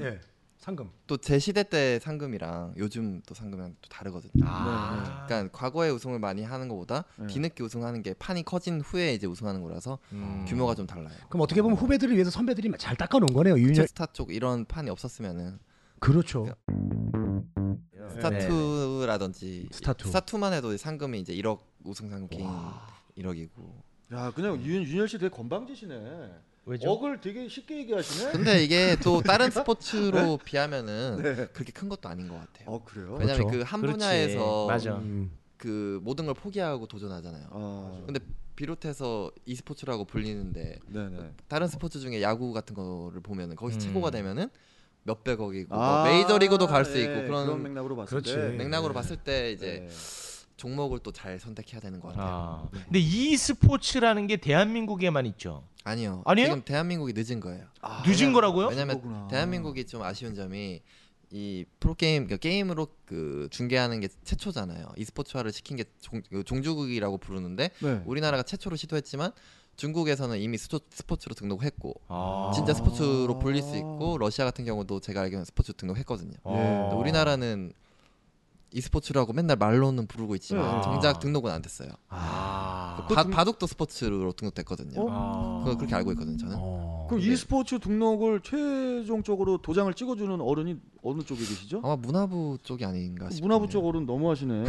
또 제 상금. 시대 때 상금이랑 요즘 또 상금이랑 또 다르거든요. 아. 그러니까 과거에 우승을 많이 하는 것보다 네. 뒤늦게 우승하는 게 판이 커진 후에 이제 우승하는 거라서 음. 규모가 좀 달라요. 그럼 어떻게 보면 후배들을 위해서 선배들이 잘 닦아놓은 거네요. 유년. 스타 쪽 이런 판이 없었으면은 그렇죠. 네. 네. 스타투라든지 스타투. 스타투만 해도 상금이 이제 1억 우승 상금 1억이고 야 그냥 음. 윤 윤현 씨 되게 건방지시네. 왜죠? 억을 되게 쉽게 얘기하시네. 근데 이게 또 다른 스포츠로 비하면은 그렇게 큰 것도 아닌 것 같아요. 어 그래요? 왜냐면 그렇죠. 그 한 그렇지. 분야에서 맞아. 음. 그 모든 걸 포기하고 도전하잖아요. 아 근데 비롯해서 e스포츠라고 불리는데 네네. 다른 스포츠 중에 야구 같은 거를 보면은 거기서 음. 최고가 되면은 몇백억이고 아, 뭐 메이저리그도 갈 수 네, 있고 그런, 맥락으로 봤을 그렇지. 때. 맥락으로 봤을 때 이제 네. 종목을 또 잘 선택해야 되는 것 같아요. 네. 아. 근데 이 스포츠라는 게 대한민국에만 있죠. 아니요. 아니에요? 지금 대한민국이 늦은 거예요. 아, 늦은 거라고요? 왜냐면 그거구나. 대한민국이 좀 아쉬운 점이 이 프로게임 그러니까 게임으로 그 중계하는 게 최초잖아요. e스포츠화를 시킨 게 종, 그 종주국이라고 부르는데 네. 우리나라가 최초로 시도했지만 중국에서는 이미 스토, 스포츠로 등록했고 아. 진짜 스포츠로 불릴 수 있고 러시아 같은 경우도 제가 알기로는 스포츠 등록했거든요. 아. 근데 네, 우리나라는 e스포츠라고 맨날 말로는 부르고 있지만 네. 정작 등록은 안 됐어요. 아. 바, 바둑도 스포츠로 등록됐거든요. 아. 그거 그렇게 알고 있거든요. 저는. 어. 그럼 네. e스포츠 등록을 최종적으로 도장을 찍어주는 어른이 어느 쪽에 계시죠? 아마 문화부 쪽이 아닌가 싶어요. 문화부 쪽 어른 너무하시네.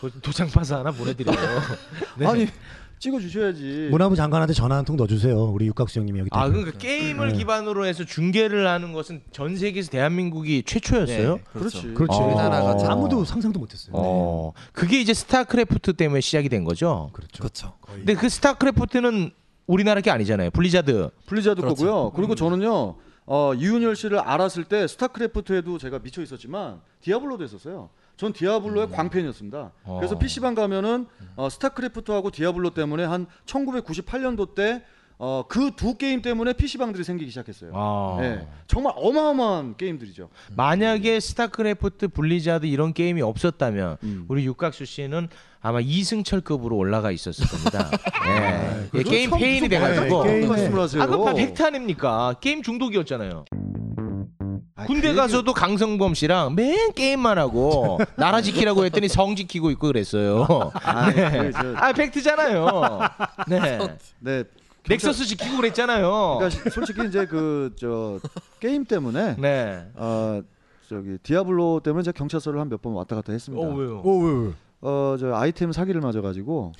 그 도장 파서 하나 보내드려요. 네. 아니 찍어주셔야지. 문화부 장관한테 전화 한 통 넣어주세요. 우리 육각수 형님이 여기. 아 대표. 그러니까 게임을 기반으로 해서 중계를 하는 것은 전 세계에서 대한민국이 최초였어요. 네, 그렇죠. 그렇지. 그렇지. 아. 우리나라가 참- 아무도 상상도 못했어요. 어 그게 이제 스타크래프트 때문에 시작이 된 거죠. 그렇죠. 그렇죠. 근데 그 스타크래프트는 우리나라 게 아니잖아요. 블리자드. 블리자드 그렇죠. 거고요. 그리고 저는요. 어, 이윤열 씨를 알았을 때 스타크래프트에도 제가 미쳐 있었지만 디아블로도 했었어요. 전 음. 디아블로의 광팬이었습니다. 어. 그래서 PC방 가면은 어, 스타크래프트하고 디아블로 때문에 한 1998년도 어, 때그 두 게임 때문에 PC방들이 생기기 시작했어요. 아. 예, 정말 어마어마한 게임들이죠. 만약에 스타크래프트, 블리자드 이런 게임이 없었다면 음. 음. 우리 육각수 씨는 아마 이승철급으로 올라가 있었을 겁니다. 예. 예, 게임 참 무슨 페인이 네, 돼가지고. 네, 말씀- 게임에- 말씀을 하세요. 아까 봐 팩트 아닙니까? 게임 중독이었잖아요. 아이, 군대 그 가서도 강성범 씨랑 맨 게임만 하고 나라 지키라고 했더니 성 지키고 있고 그랬어요. 아이, 그 저- 아 팩트잖아요. 네. 네. 넥서스 지키고 그랬잖아요. 그러니까 시- 솔직히 이제 그 저 게임 때문에 네. 어, 저기 디아블로 때문에 제가 경찰서를 한 몇 번 왔다 갔다 했습니다. 어, 왜요? 오, 왜, 왜. 어, 저 아이템 사기를 맞아가지고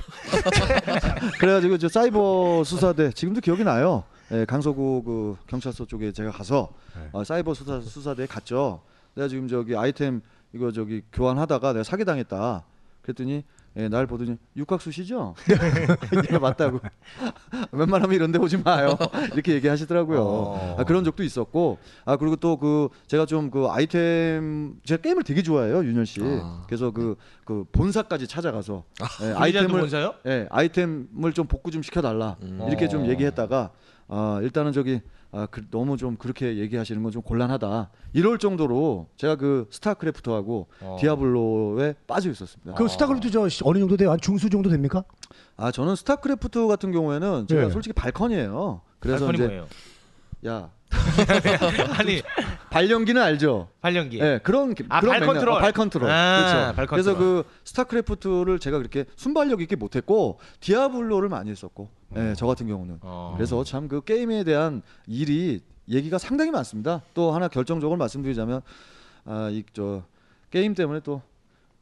그래가지고 저 사이버 수사대 지금도 기억이 나요. 예, 강서구 그 경찰서 쪽에 제가 가서 네. 어, 사이버 수사 수사대에 갔죠. 내가 지금 저기 아이템 이거 저기 교환하다가 내가 사기 당했다. 그랬더니 예, 날 보더니 육각수 씨죠? 예, 맞다고. 웬만하면 이런데 오지 마요. 이렇게 얘기하시더라고요. 어. 아, 그런 적도 있었고, 아 그리고 또 그 제가 좀 그 아이템 제가 게임을 되게 좋아해요 윤현 씨. 아. 그래서 그 그 본사까지 찾아가서 예, 네, 아이템을 본사요? 예, 아이템을 좀 복구 좀 시켜달라 음. 이렇게 어. 좀 얘기했다가 아 일단은 저기 아 그, 너무 좀 그렇게 얘기하시는 건 좀 곤란하다 이럴 정도로 제가 그 스타크래프트하고 어, 디아블로에 빠져 있었습니다. 그 스타크래프트 저 시- 어느 정도 돼요? 한 중수 정도 됩니까? 아 저는 스타크래프트 같은 경우에는 제가 예. 솔직히 발컨이에요. 그래서 발판이 이제 뭐예요? 야 아니 발연기는 알죠? 발령기. 예, 그런 아, 그런 발 맥락. 컨트롤. 어, 발 컨트롤. 아, 그렇죠. 발 컨트롤. 그래서 그 스타크래프트를 제가 그렇게 순발력 있게 못했고 디아블로를 많이 했었고, 예, 저 같은 경우는. 음. 어. 그래서 참 그 게임에 대한 일이 얘기가 상당히 많습니다. 또 하나 결정적으로 말씀드리자면 아, 이 저 게임 때문에 또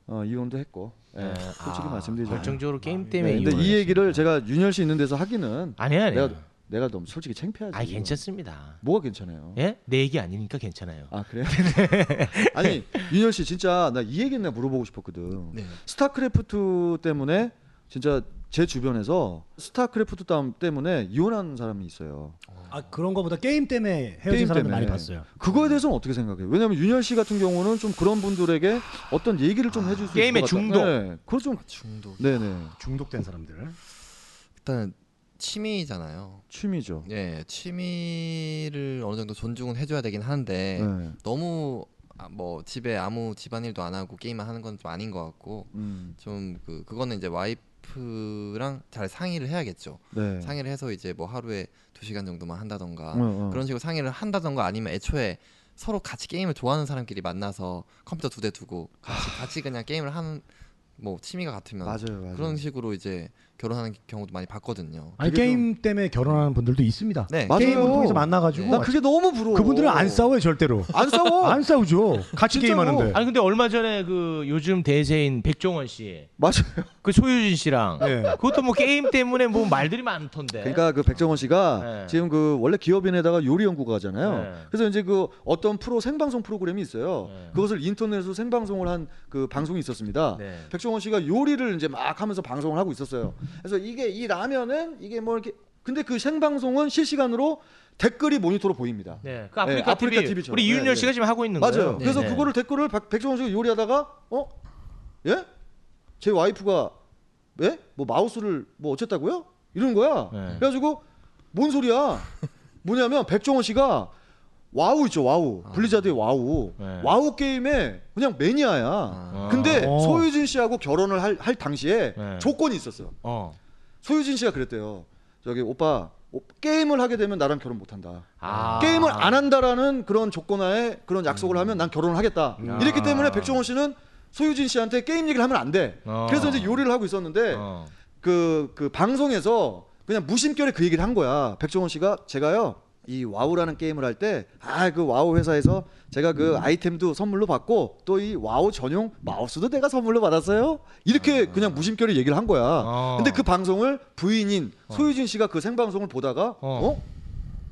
어, 이혼도 했고, 예, 예. 솔직히 아, 말씀드리자면. 결정적으로 게임 때문에 네, 근데 이혼을 이 했어요. 얘기를 제가 윤열 씨 있는 데서 하기는 아니야 아니야. 내가 내가 너무 솔직히 창피하지. 네. 아 괜찮습니다. 뭐가 괜찮아요? 예? 내 얘기 아니니까 괜찮아요. 아 그래요? 네. 아니 윤열 씨 진짜 나 이 얘기는 내가 물어보고 싶었거든. 네. 스타크래프트 때문에 진짜 제 주변에서 스타크래프트 다음 때문에 이혼한 사람이 있어요. 아 그런 거보다 게임 때문에 헤어진 게임 사람들 때문에. 많이 봤어요. 그거에 대해서는 어떻게 생각해요? 왜냐면 윤열 씨 같은 경우는 좀 그런 분들에게 어떤 얘기를 좀 해줄 수 있을 게임에 것 중독. 같다. 네, 그거 좀 중독. 네네 중독된 사람들. 일단 취미잖아요. 취미죠. 예, 취미를 어느 정도 존중은 해줘야 되긴 하는데 네. 너무 아, 뭐 집에 아무 집안일도 안 하고 게임만 하는 건 좀 아닌 것 같고 음, 좀 그 그거는 이제 와이프랑 잘 상의를 해야겠죠. 네. 상의를 해서 이제 뭐 하루에 두 시간 정도만 한다던가 어, 어. 그런 식으로 상의를 한다던가 아니면 애초에 서로 같이 게임을 좋아하는 사람끼리 만나서 컴퓨터 두 대 두고 같이, 같이 그냥 게임을 하는 뭐 취미가 같으면 맞아요, 맞아요. 그런 식으로 이제 결혼하는 경우도 많이 봤거든요. 아니 그게 게임 때문에 결혼하는 분들도 있습니다. 네. 맞아요. 게임을 통해서 만나가지고 나 그게 너무 부러워. 그분들은 안 싸워요 절대로. 안 싸워. 안 싸우죠. 같이 진짜로. 게임하는데. 아니 근데 얼마 전에 그 요즘 대세인 백종원 씨, 맞아요. 그 소유진 씨랑 예. 그것도 뭐 게임 때문에 뭐 말들이 많던데. 네. 그러니까 그 백종원 씨가 네. 지금 그 원래 기업인에다가 요리 연구가잖아요. 네. 그래서 이제 그 어떤 프로 생방송 프로그램이 있어요. 네. 그것을 인터넷으로 생방송을 한 그 방송이 있었습니다. 네. 백종원 씨가 요리를 이제 막 하면서 방송을 하고 있었어요. 그래서 이게 이 라면은 이게 뭐 이렇게 근데 그 생방송은 실시간으로 댓글이 모니터로 보입니다. 네, 그 아프리카, 네, 아프리카 TV, TV 죠. 우리 네, 이윤열 네. 씨가 지금 하고 있는 거예요. 맞아요. 네, 그래서 네. 그거를 댓글을 박, 백종원 씨가 요리하다가 어? 예? 제 와이프가 예? 뭐 마우스를 뭐 어쨌다고요? 이러는 거야. 네. 그래가지고 뭔 소리야? 뭐냐면 백종원 씨가 와우 있죠 와우 블리자드의 와우 아. 네. 와우 게임에 그냥 매니아야. 근데 어. 소유진 씨하고 결혼을 할, 할 당시에 네. 조건이 있었어. 어. 소유진 씨가 그랬대요. 저기 오빠 오- 게임을 하게 되면 나랑 결혼 못한다. 아. 음. 게임을 안 한다라는 그런 조건하에 그런 약속을 하면 난 결혼을 하겠다. 야. 이랬기 때문에 백종원 씨는 소유진 씨한테 게임 얘기를 하면 안 돼. 어. 그래서 이제 요리를 하고 있었는데 어. 그, 그 방송에서 그냥 무심결에 그 얘기를 한 거야. 백종원 씨가 제가요. 이 와우라는 게임을 할 때 아 그 와우 회사에서 제가 음. 그 아이템도 선물로 받고 또 이 와우 전용 마우스도 내가 선물로 받았어요. 이렇게 그냥 무심결에 얘기를 한 거야. 아. 어. 근데 그 방송을 부인인 소유진 씨가 그 생방송을 보다가 어. 어?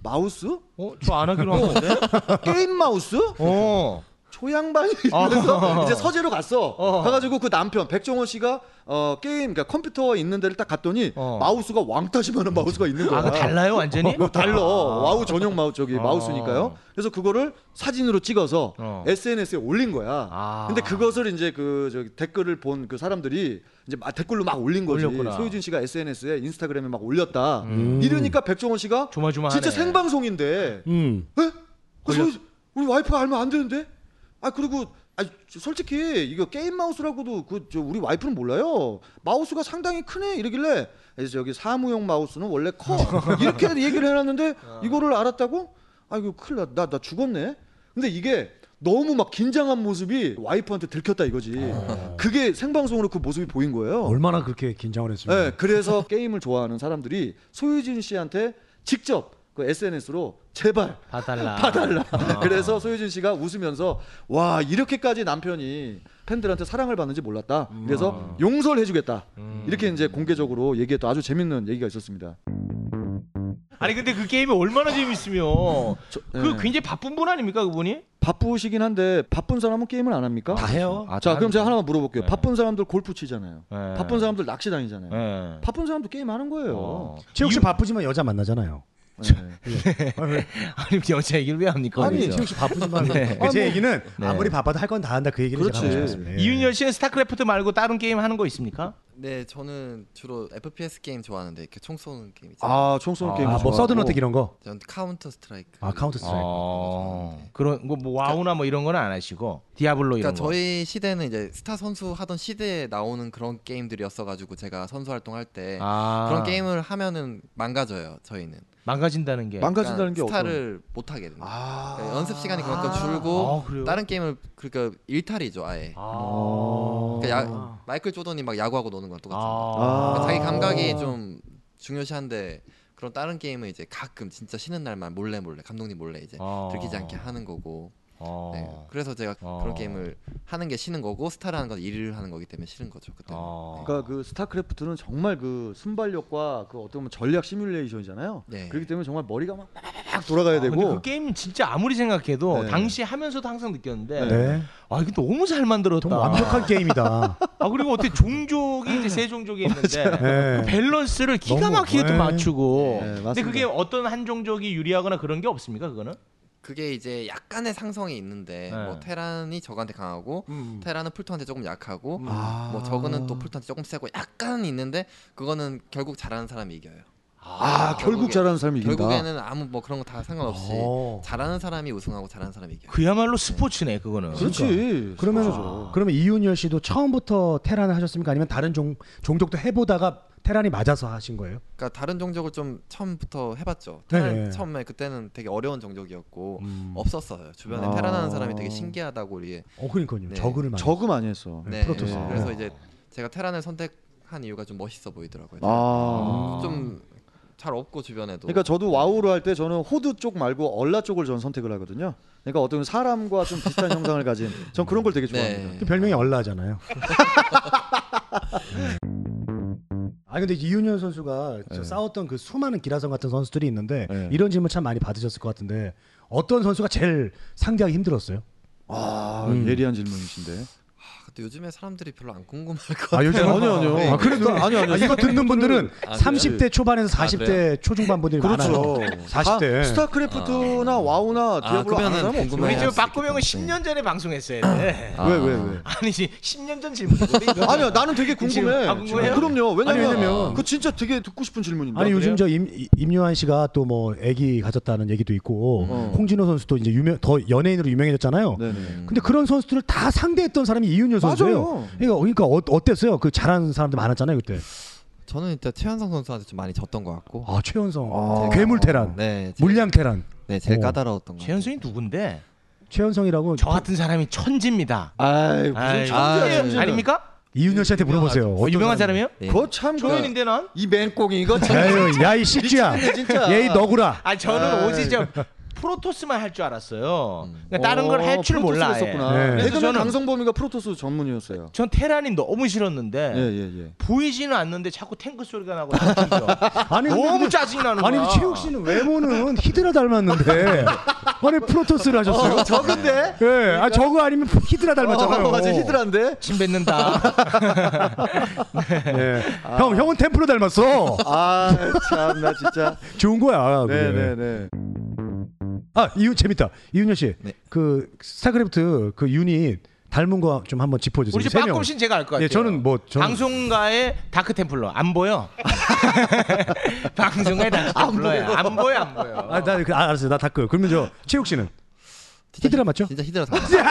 마우스? 어, 저 안 하기로 한 건데. 게임 마우스? 어. 초양반이 이러면서 어. 이제 서재로 갔어. 어. 가가지고 그 남편 백종원 씨가 어, 게임 그러니까 컴퓨터 있는 데를 딱 갔더니 어. 마우스가 왕따시만한 마우스가 있는 거야. 아, 그 달라요, 완전히? 어, 달러 와우 전용 마우 저기 어. 마우스니까요. 그래서 그거를 사진으로 찍어서 어. SNS에 올린 거야. 아. 근데 그것을 이제 그 저기 댓글을 본 그 사람들이 이제 막 댓글로 막 올린 거지. 올렸구나. 음. 소유진 씨가 SNS에 인스타그램에 막 올렸다. 이러니까 백종원 씨가 조마조마하네. 진짜 생방송인데 음. 에? 그 소유- 우리 와이프가 알면 안 되는데? 아 그리고 아 솔직히 이거 게임 마우스라고도 그 저 우리 와이프는 몰라요. 마우스가 상당히 크네 이러길래 그래서 여기 사무용 마우스는 원래 커 이렇게 얘기를 해놨는데 이거를 알았다고? 아 이거 큰일 났다 나, 나 죽었네. 근데 이게 너무 막 긴장한 모습이 와이프한테 들켰다 이거지. 그게 생방송으로 그 모습이 보인 거예요. 얼마나 그렇게 긴장을 했습니까? 네, 그래서 게임을 좋아하는 사람들이 소유진 씨한테 직접 그 SNS로 제발 봐달라. 봐달라. 아. 그래서 소유진 씨가 웃으면서 와 이렇게까지 남편이 팬들한테 사랑을 받는지 몰랐다. 음. 그래서 용서를 해주겠다. 이렇게 이제 공개적으로 얘기했던 아주 재밌는 얘기가 있었습니다. 아니 근데 그 게임이 얼마나 재밌으며 그 네. 굉장히 바쁜 분 아닙니까 그분이? 바쁘시긴 한데 바쁜 사람은 게임을 안 합니까? 다 해요. 아, 자, 그럼 제가 하나만 물어볼게요. 네. 바쁜 사람들 골프 치잖아요. 네. 바쁜 사람들 어. 낚시 다니잖아요. 네. 바쁜 사람도 게임 하는 거예요. 어. 최욱 씨 바쁘지만 여자 만나잖아요. 네. 아니 여자 얘기를 왜 합니까? 아니 그래서? 최욱 씨 바쁘지만 네. 그러니까 제 얘기는 네. 아무리 바빠도 할 건 다 한다 그 얘기를 제가 그렇지. 하고 싶었습니다. 예. 이윤열 씨는 스타크래프트 말고 다른 게임 하는 거 있습니까? 네, 저는 주로 FPS 게임 좋아하는데 이렇게 총 쏘는 게임 있잖아요. 아, 총 쏘는 아, 게임. 아, 뭐 서든어택 이런 거. 전 카운터 스트라이크. 아, 카운터 스트라이크. 어, 그런 거 뭐 와우나 뭐 이런 건 안 하시고 디아블로 이런 그러니까 저희 시대는 이제 스타 선수 하던 시대에 나오는 그런 게임들이었어 가지고 제가 선수 활동할 때 거. 아, 그런 게임을 하면은 망가져요, 저희는. 망가진다는 게. 망가진다는 게 그러니까 어떤 아. 스타를 못 하게 됩니다. 그러니까 연습 시간이 그만큼 줄고 아, 그래요? 다른 게임을 그러니까 일탈이죠, 아예. 아. 그러니까 야, 마이클 조던이 막 야구하고 노는 거랑 똑같은 거. 아. 자기 감각이 좀 중요시한데 그런 다른 게임은 이제 가끔 진짜 쉬는 날만 몰래 몰래 감독님 몰래 이제 아. 들키지 않게 하는 거고 아. 네. 그래서 제가 어. 그런 게임을 하는 게 쉬는 거고 스타라는 건 일을 하는 네. 거기 때문에 싫은 거죠 그때 아. 그러니까 그 스타크래프트는 정말 그 순발력과 그 어떤 보면 전략 시뮬레이션이잖아요. 네. 그렇기 때문에 정말 머리가 막, 막, 막 돌아가야 되고 근데 그 게임 진짜 아무리 생각해도 네. 당시 하면서도 항상 느꼈는데 네. 아 이게 너무 잘 만들었다. 정말 완벽한 게임이다. 아 그리고 어떻게 종족이 이제 세 종족이 있는데 네. 그 밸런스를 기가 너무, 막히게 또 네. 맞추고. 네, 맞습니다. 근데 그게 어떤 한 종족이 유리하거나 그런 게 없습니까? 그거는? 그게 이제 약간의 상성이 있는데 네. 뭐 테란이 적한테 강하고 테란은 풀토한테 조금 약하고 음, 아. 뭐 저그는 또 풀토한테 조금 세고 약간 있는데 그거는 결국 잘하는 사람이 이겨요 아, 결국 결국에- 잘하는 사람이 이긴다. 결국에는 아무 뭐 그런 거 다 상관없이 어. 잘하는 사람이 우승하고 잘하는 사람이 이겨요 그야말로 스포츠네 그거는. 그렇죠. 그렇지. 그러면 그렇죠. 그러면 이윤열 씨도 처음부터 테란을 하셨습니까? 아니면 다른 종 종족도 해보다가 테란이 맞아서 하신 거예요? 그러니까 다른 종족을 좀 처음부터 해봤죠. 네. 테란 처음에 그때는 되게 어려운 종족이었고 음. 없었어요. 주변에 테란하는 사람이 아. 되게 신기하다고 이게 어, 그러니까요. 네. 저그를 많이. 저그 많이 했어. 네, 네. 프로토스. 아. 그래서 네. 이제 제가 테란을 선택한 이유가 좀 멋있어 보이더라고요. 아. 좀 잘 없고 주변에도. 그러니까 저도 와우를 할 때 저는 호드 쪽 말고 얼라 쪽을 저는 선택을 하거든요. 그러니까 어떤 사람과 좀 비슷한 형상을 가진 전 그런 걸 되게 좋아합니다. 네. 그 별명이 얼라잖아요. 아 근데 이윤열 선수가 저 싸웠던 그 수많은 기라성 같은 선수들이 있는데 네. 이런 질문 참 많이 받으셨을 것 같은데 어떤 선수가 제일 상대하기 힘들었어요? 아, 예리한 질문이신데. 아, 근데 요즘에 사람들이 별로 안 궁금할 것 네. 아 요즘 아니요, 아니요. 아, 그래도 아니 아니 이거 듣는 분들은 그래요? 30대 초반에서 아, 40대 초중반 분들이 그렇죠. 많아요. 다 40대. 스타크래프트나 와우나 디아블로 아는 그러면은 사람 없어요. 궁금해요. 우리 지금 박구명은 10년 전에 방송했어야 돼. 네. 같아요. 왜, 왜, 왜? 아니지 10년 전 질문인데 이거. 아니요, 나는 되게 궁금해. 지금- 아, 궁금해요? 그럼요. 왜냐면, 아니, 왜냐면- 그 진짜 되게 듣고 싶은 질문인데. 아니 요즘 저 임, 이- 임요한 씨가 또 뭐 아기 가졌다는 얘기도 있고 어. 홍진호 선수도 이제 유명 더 연예인으로 유명해졌잖아요. 네네. 근데 그런 선수들을 다 상대했던 사람이 이윤열 선수예요. 맞아요. 그러니까, 그러니까 어, 어땠어요? 그 잘하는 사람들 많았잖아요 그때. 저는 일단 최현성 선수한테 좀 많이 졌던 것 같고. 아 최연성, 괴물 테란, 네. 제일- 물량 테란. 네, 제일 어. 까다로웠던 것 같아요. 최현성이 누군데? 최연성이라고 저 같은 사람이 천지입니다. 아이, 무슨 아이, 천재야, 아, 천재는. 아닙니까? 이윤열 씨한테 물어보세요. 어, 어떤 유명한 사람이- 사람이에요? 예. 그거 참, 그, 조연인데 난? 이 맹꽁이 이거 참. 에휴, 야이 씨쥐야. 진짜. 얘이 너구라. 아 저는 오직 저 프로토스만 할 줄 알았어요. 그러니까 다른 걸 할 줄 어, 몰라. 아예. 프로토스를 했었구나. 네. 그래서 예전에 저는 강성범이가 프로토스 전문이었어요. 전 테란이 너무 싫었는데 예, 예, 예. 보이지는 보이지는 않는데 자꾸 탱크 소리가 나고 다치죠. 아니 근데 너무 근데- 짜증 나는 거야. 아니 근데 최욱 씨는 외모는 히드라 닮았는데 아니 프로토스를 하셨어요. 저근데? 예, 아 저거 아니면 히드라 닮았잖아요. 어, 맞아, 히드라인데? 침 뱉는다. 예. 형, 형은 템프로 닮았어. 아, 참, 나 진짜. 좋은 거야. 그게. 네네네. 아, 이유 재밌다. 이윤현 씨, 네. 그 스타크래프트 그 유닛 닮은 거 좀 한번 짚어주세요. 우리 집 세 명. 빠꿈신 제가 알 것 같아요. 예, 저는 뭐 저는 방송가의 다크 템플러 안 보여. 방송가의 다크 템플러야. 안 보여 안 보여. 아, 나 그, 아, 알았어요. 나 다크. 그러면 저 최욱 씨는 진짜 히드라 히- 맞죠? 진짜 히드라 닮았어요.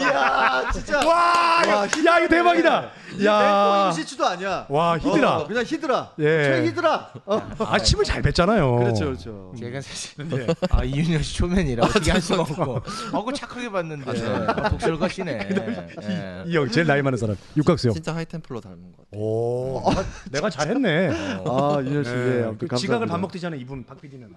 이야, 진짜. 와, 와, 야, 야, 이거 대박이다. 야. 야, 맹꽁이 시추도 아니야. 와, 히드라. 어, 그냥 히드라. 예. 최히드라. 어. 아, 침을 잘 뱉잖아요. 그렇죠, 그렇죠. 제가 사실 아 이윤열 씨 초면이라 어떻게 할 수가 없고 어그 착하게 봤는데 아, 독설가 씨네. 예. 이형 제일 나이 많은 사람 육각수 형. 진짜 하이템플로 닮은 것 같아요. 오, 내가 잘했네. 아, 윤열 씨. 예, 예, 아무튼 그 지각을 감사합니다. 밥 먹듯이 하는 이분 박 PD는.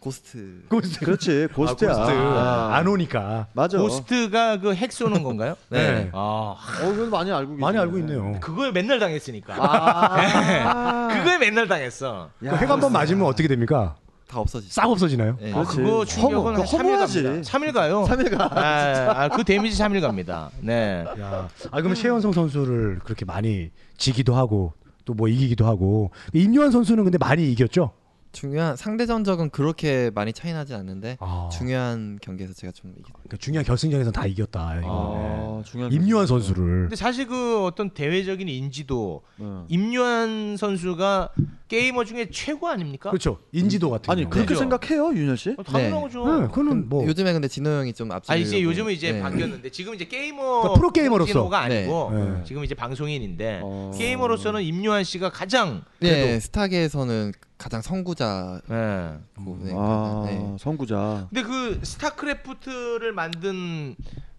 고스트. 그렇지 고스트야. 아, 안 오니까. 맞아. 고스트가 그 핵 쏘는 건가요? 네. 아 어, 그건 많이 알고 계시네. 많이 알고 있네요. 그거에 맨날 당했으니까. 아, 그거에 맨날 당했어. 그 해가 한번 맞으면 어떻게 됩니까? 다 없어지죠. 싹 없어지나요? 네. 아, 그거 허무, 충격은 그거 한 3일 허무하지. 갑니다. 3일 가요. 3회가 아, 아, 그 데미지 3일 갑니다. 네. 야, 아 그럼 최현성 선수를 그렇게 많이 지기도 하고 또 뭐 이기기도 하고 임요환 선수는 근데 많이 이겼죠. 중요한 상대 전적은 그렇게 많이 차이 나지 않는데 아, 중요한 경기에서 제가 좀 이기. 그러니까 중요한 결승전에서 다 이겼다. 이거는. 아, 중요한 임요환 선수를 근데 사실 그 어떤 대외적인 인지도 네. 임요한 선수가 게이머 중에 최고 아닙니까? 그렇죠 인지도 같은 아니 경우에. 그렇게 그죠? 생각해요 윤현 씨? 어, 당연하죠. 네, 그거는 뭐 요즘에 근데 진호 형이 좀 네. 앞서. 아 이제 요즘은 이제 바뀌었는데 지금 이제 게이머 그러니까 프로게이머로서. 프로게이머가 아니고 네. 네. 지금 이제 방송인인데 어. 게이머로서는 임요한 씨가 가장 네 스타계에서는 가장 선구자고 네. 네, 아 네. 선구자. 근데 그 스타크래프트를 만든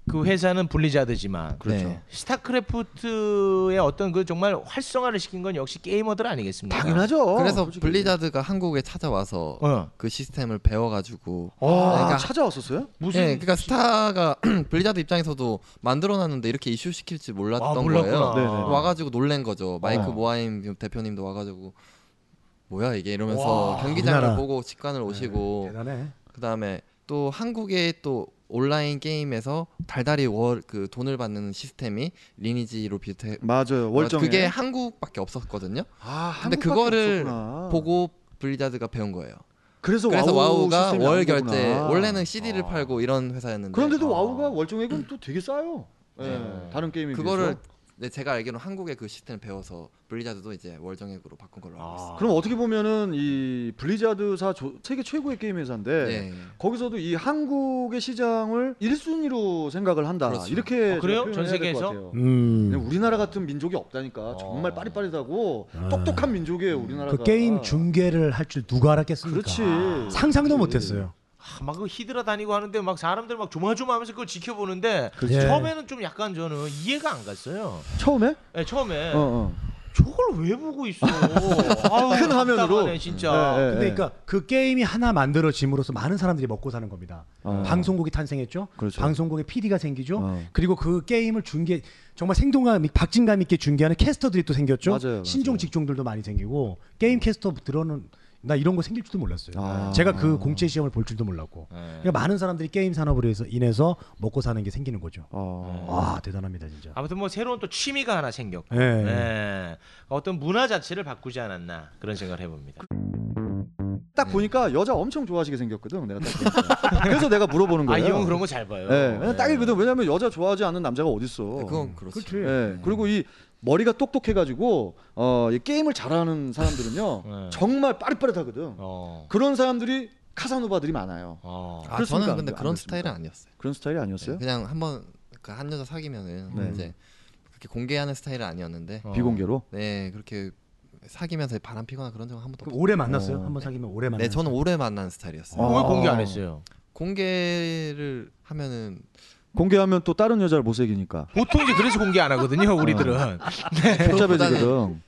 그 회사는 블리자드지만 그렇죠. 네. 스타크래프트의 어떤 그 정말 활성화를 시킨 건 역시 게이머들 아니겠습니까? 당연하죠. 그래서 솔직히. 블리자드가 한국에 찾아와서 어. 그 시스템을 배워가지고 아, 그러니까- 찾아왔었어요? 무슨 네, 그러니까 스타가 블리자드 입장에서도 만들어놨는데 이렇게 이슈 시킬지 몰랐던 아, 거예요. 몰랐구나. 네네. 와가지고 놀란 거죠. 마이크 어. 모하임 대표님도 와가지고 뭐야 이게 이러면서 와, 경기장을 우리나라. 네, 보고 직관을 뭐 오시고 대단해. 그다음에 또 한국의 또 온라인 게임에서 달달이 월 그 돈을 받는 시스템이 리니지로 비슷해. 맞아요. 월정. 그게 한국밖에 없었거든요. 아, 근데 한국밖에 그거를 없었구나. 보고 블리자드가 배운 거예요. 그래서, 그래서 와우가 시스템이 나온 월 거구나. 결제 원래는 네. CD를 팔고 이런 회사였는데 그런데도 와우가 월정액은 또 되게 싸요. 예, 다른 게임에 네. 그거를 비해서. 네, 제가 알기로는 한국의 그 시스템을 배워서 블리자드도 이제 월정액으로 바꾼 걸로 알고 있어요. 그럼 어떻게 보면은 이 블리자드사 조- 세계 최고의 게임 회사인데 네. 거기서도 이 한국의 시장을 1순위로 생각을 한다. 그렇죠. 이렇게 아, 제가 그래요? 표현을 전 해야 될것 세계에서? 아. 같아요. 음. 왜냐면 우리나라 같은 민족이 없다니까. 정말 빠릿빠릿하고 똑똑한 민족이에요, 우리나라가. 아. 그 게임 중계를 할 줄 누가 알았겠습니까? 그렇지. 상상도 못했어요. 아, 막그 히드라 다니고 하는데 막 사람들 막 조마조마하면서 그걸 지켜보는데 그렇죠. 처음에는 좀 약간 저는 이해가 안 갔어요. 처음에? 네, 처음에 어, 어. 저걸 왜 보고 있어? 아우, 큰 화면으로. 답답하네, 진짜. 예, 예, 근데 예. 그러니까 그 게임이 하나 만들어짐으로써 많은 사람들이 먹고 사는 겁니다. 아. 방송국이 탄생했죠. 그렇죠. 방송국에 PD가 생기죠. 어. 그리고 그 게임을 중계 정말 생동감, 박진감 있게 중계하는 캐스터들이 또 생겼죠. 맞아요, 신종 맞아요. 직종들도 많이 생기고 게임 캐스터 들어는 나 이런 거 생길 줄도 몰랐어요. 아. 제가 그 공채 시험을 볼 줄도 몰랐고. 네, 예. 그러니까 많은 사람들이 게임 산업으로 해서 인해서 먹고 사는 게 생기는 거죠. 어. 와 대단합니다 진짜. 아무튼 뭐 새로운 또 취미가 하나 생겼고 예. 네. 어떤 문화 자체를 바꾸지 않았나 그런 생각을 해봅니다. 네. 딱 보니까 여자 엄청 좋아하시게 생겼거든. 내가 딱 보니까. 그래서 내가 물어보는 아, 거예요. 이 형은 그런 거 잘 봐요. 네. 예, 그냥 딱이거든. 왜냐면 여자 좋아하지 않는 남자가 어딨어. 네, 그건 그렇죠. 예. 그리고 이 머리가 똑똑해가지고 어, 이 게임을 잘하는 사람들은요 네. 정말 빠릿빠릿하거든. 어. 그런 사람들이 카사노바들이 많아요. 어. 아 그렇습니까? 저는 근데 안 그런 그렇습니까? 스타일은 아니었어요. 그런 스타일이 아니었어요? 그냥 한번 그 한 여자 사귀면은 네. 이제 그렇게 공개하는 스타일은 아니었는데 어. 비공개로. 네 그렇게 사귀면서 바람 피거나 그런 적은 한 번도 그럼 없어요. 오래 만났어요? 어. 한번 사귀면 오래 만났어요? 네 저는 오래 만난 스타일이었어요. 왜 어. 공개 안 했어요? 공개를 하면은 공개하면 또 다른 여자를 못 새기니까 보통 이제 그래서 공개 안 하거든요, 우리들은. 복잡해지거든.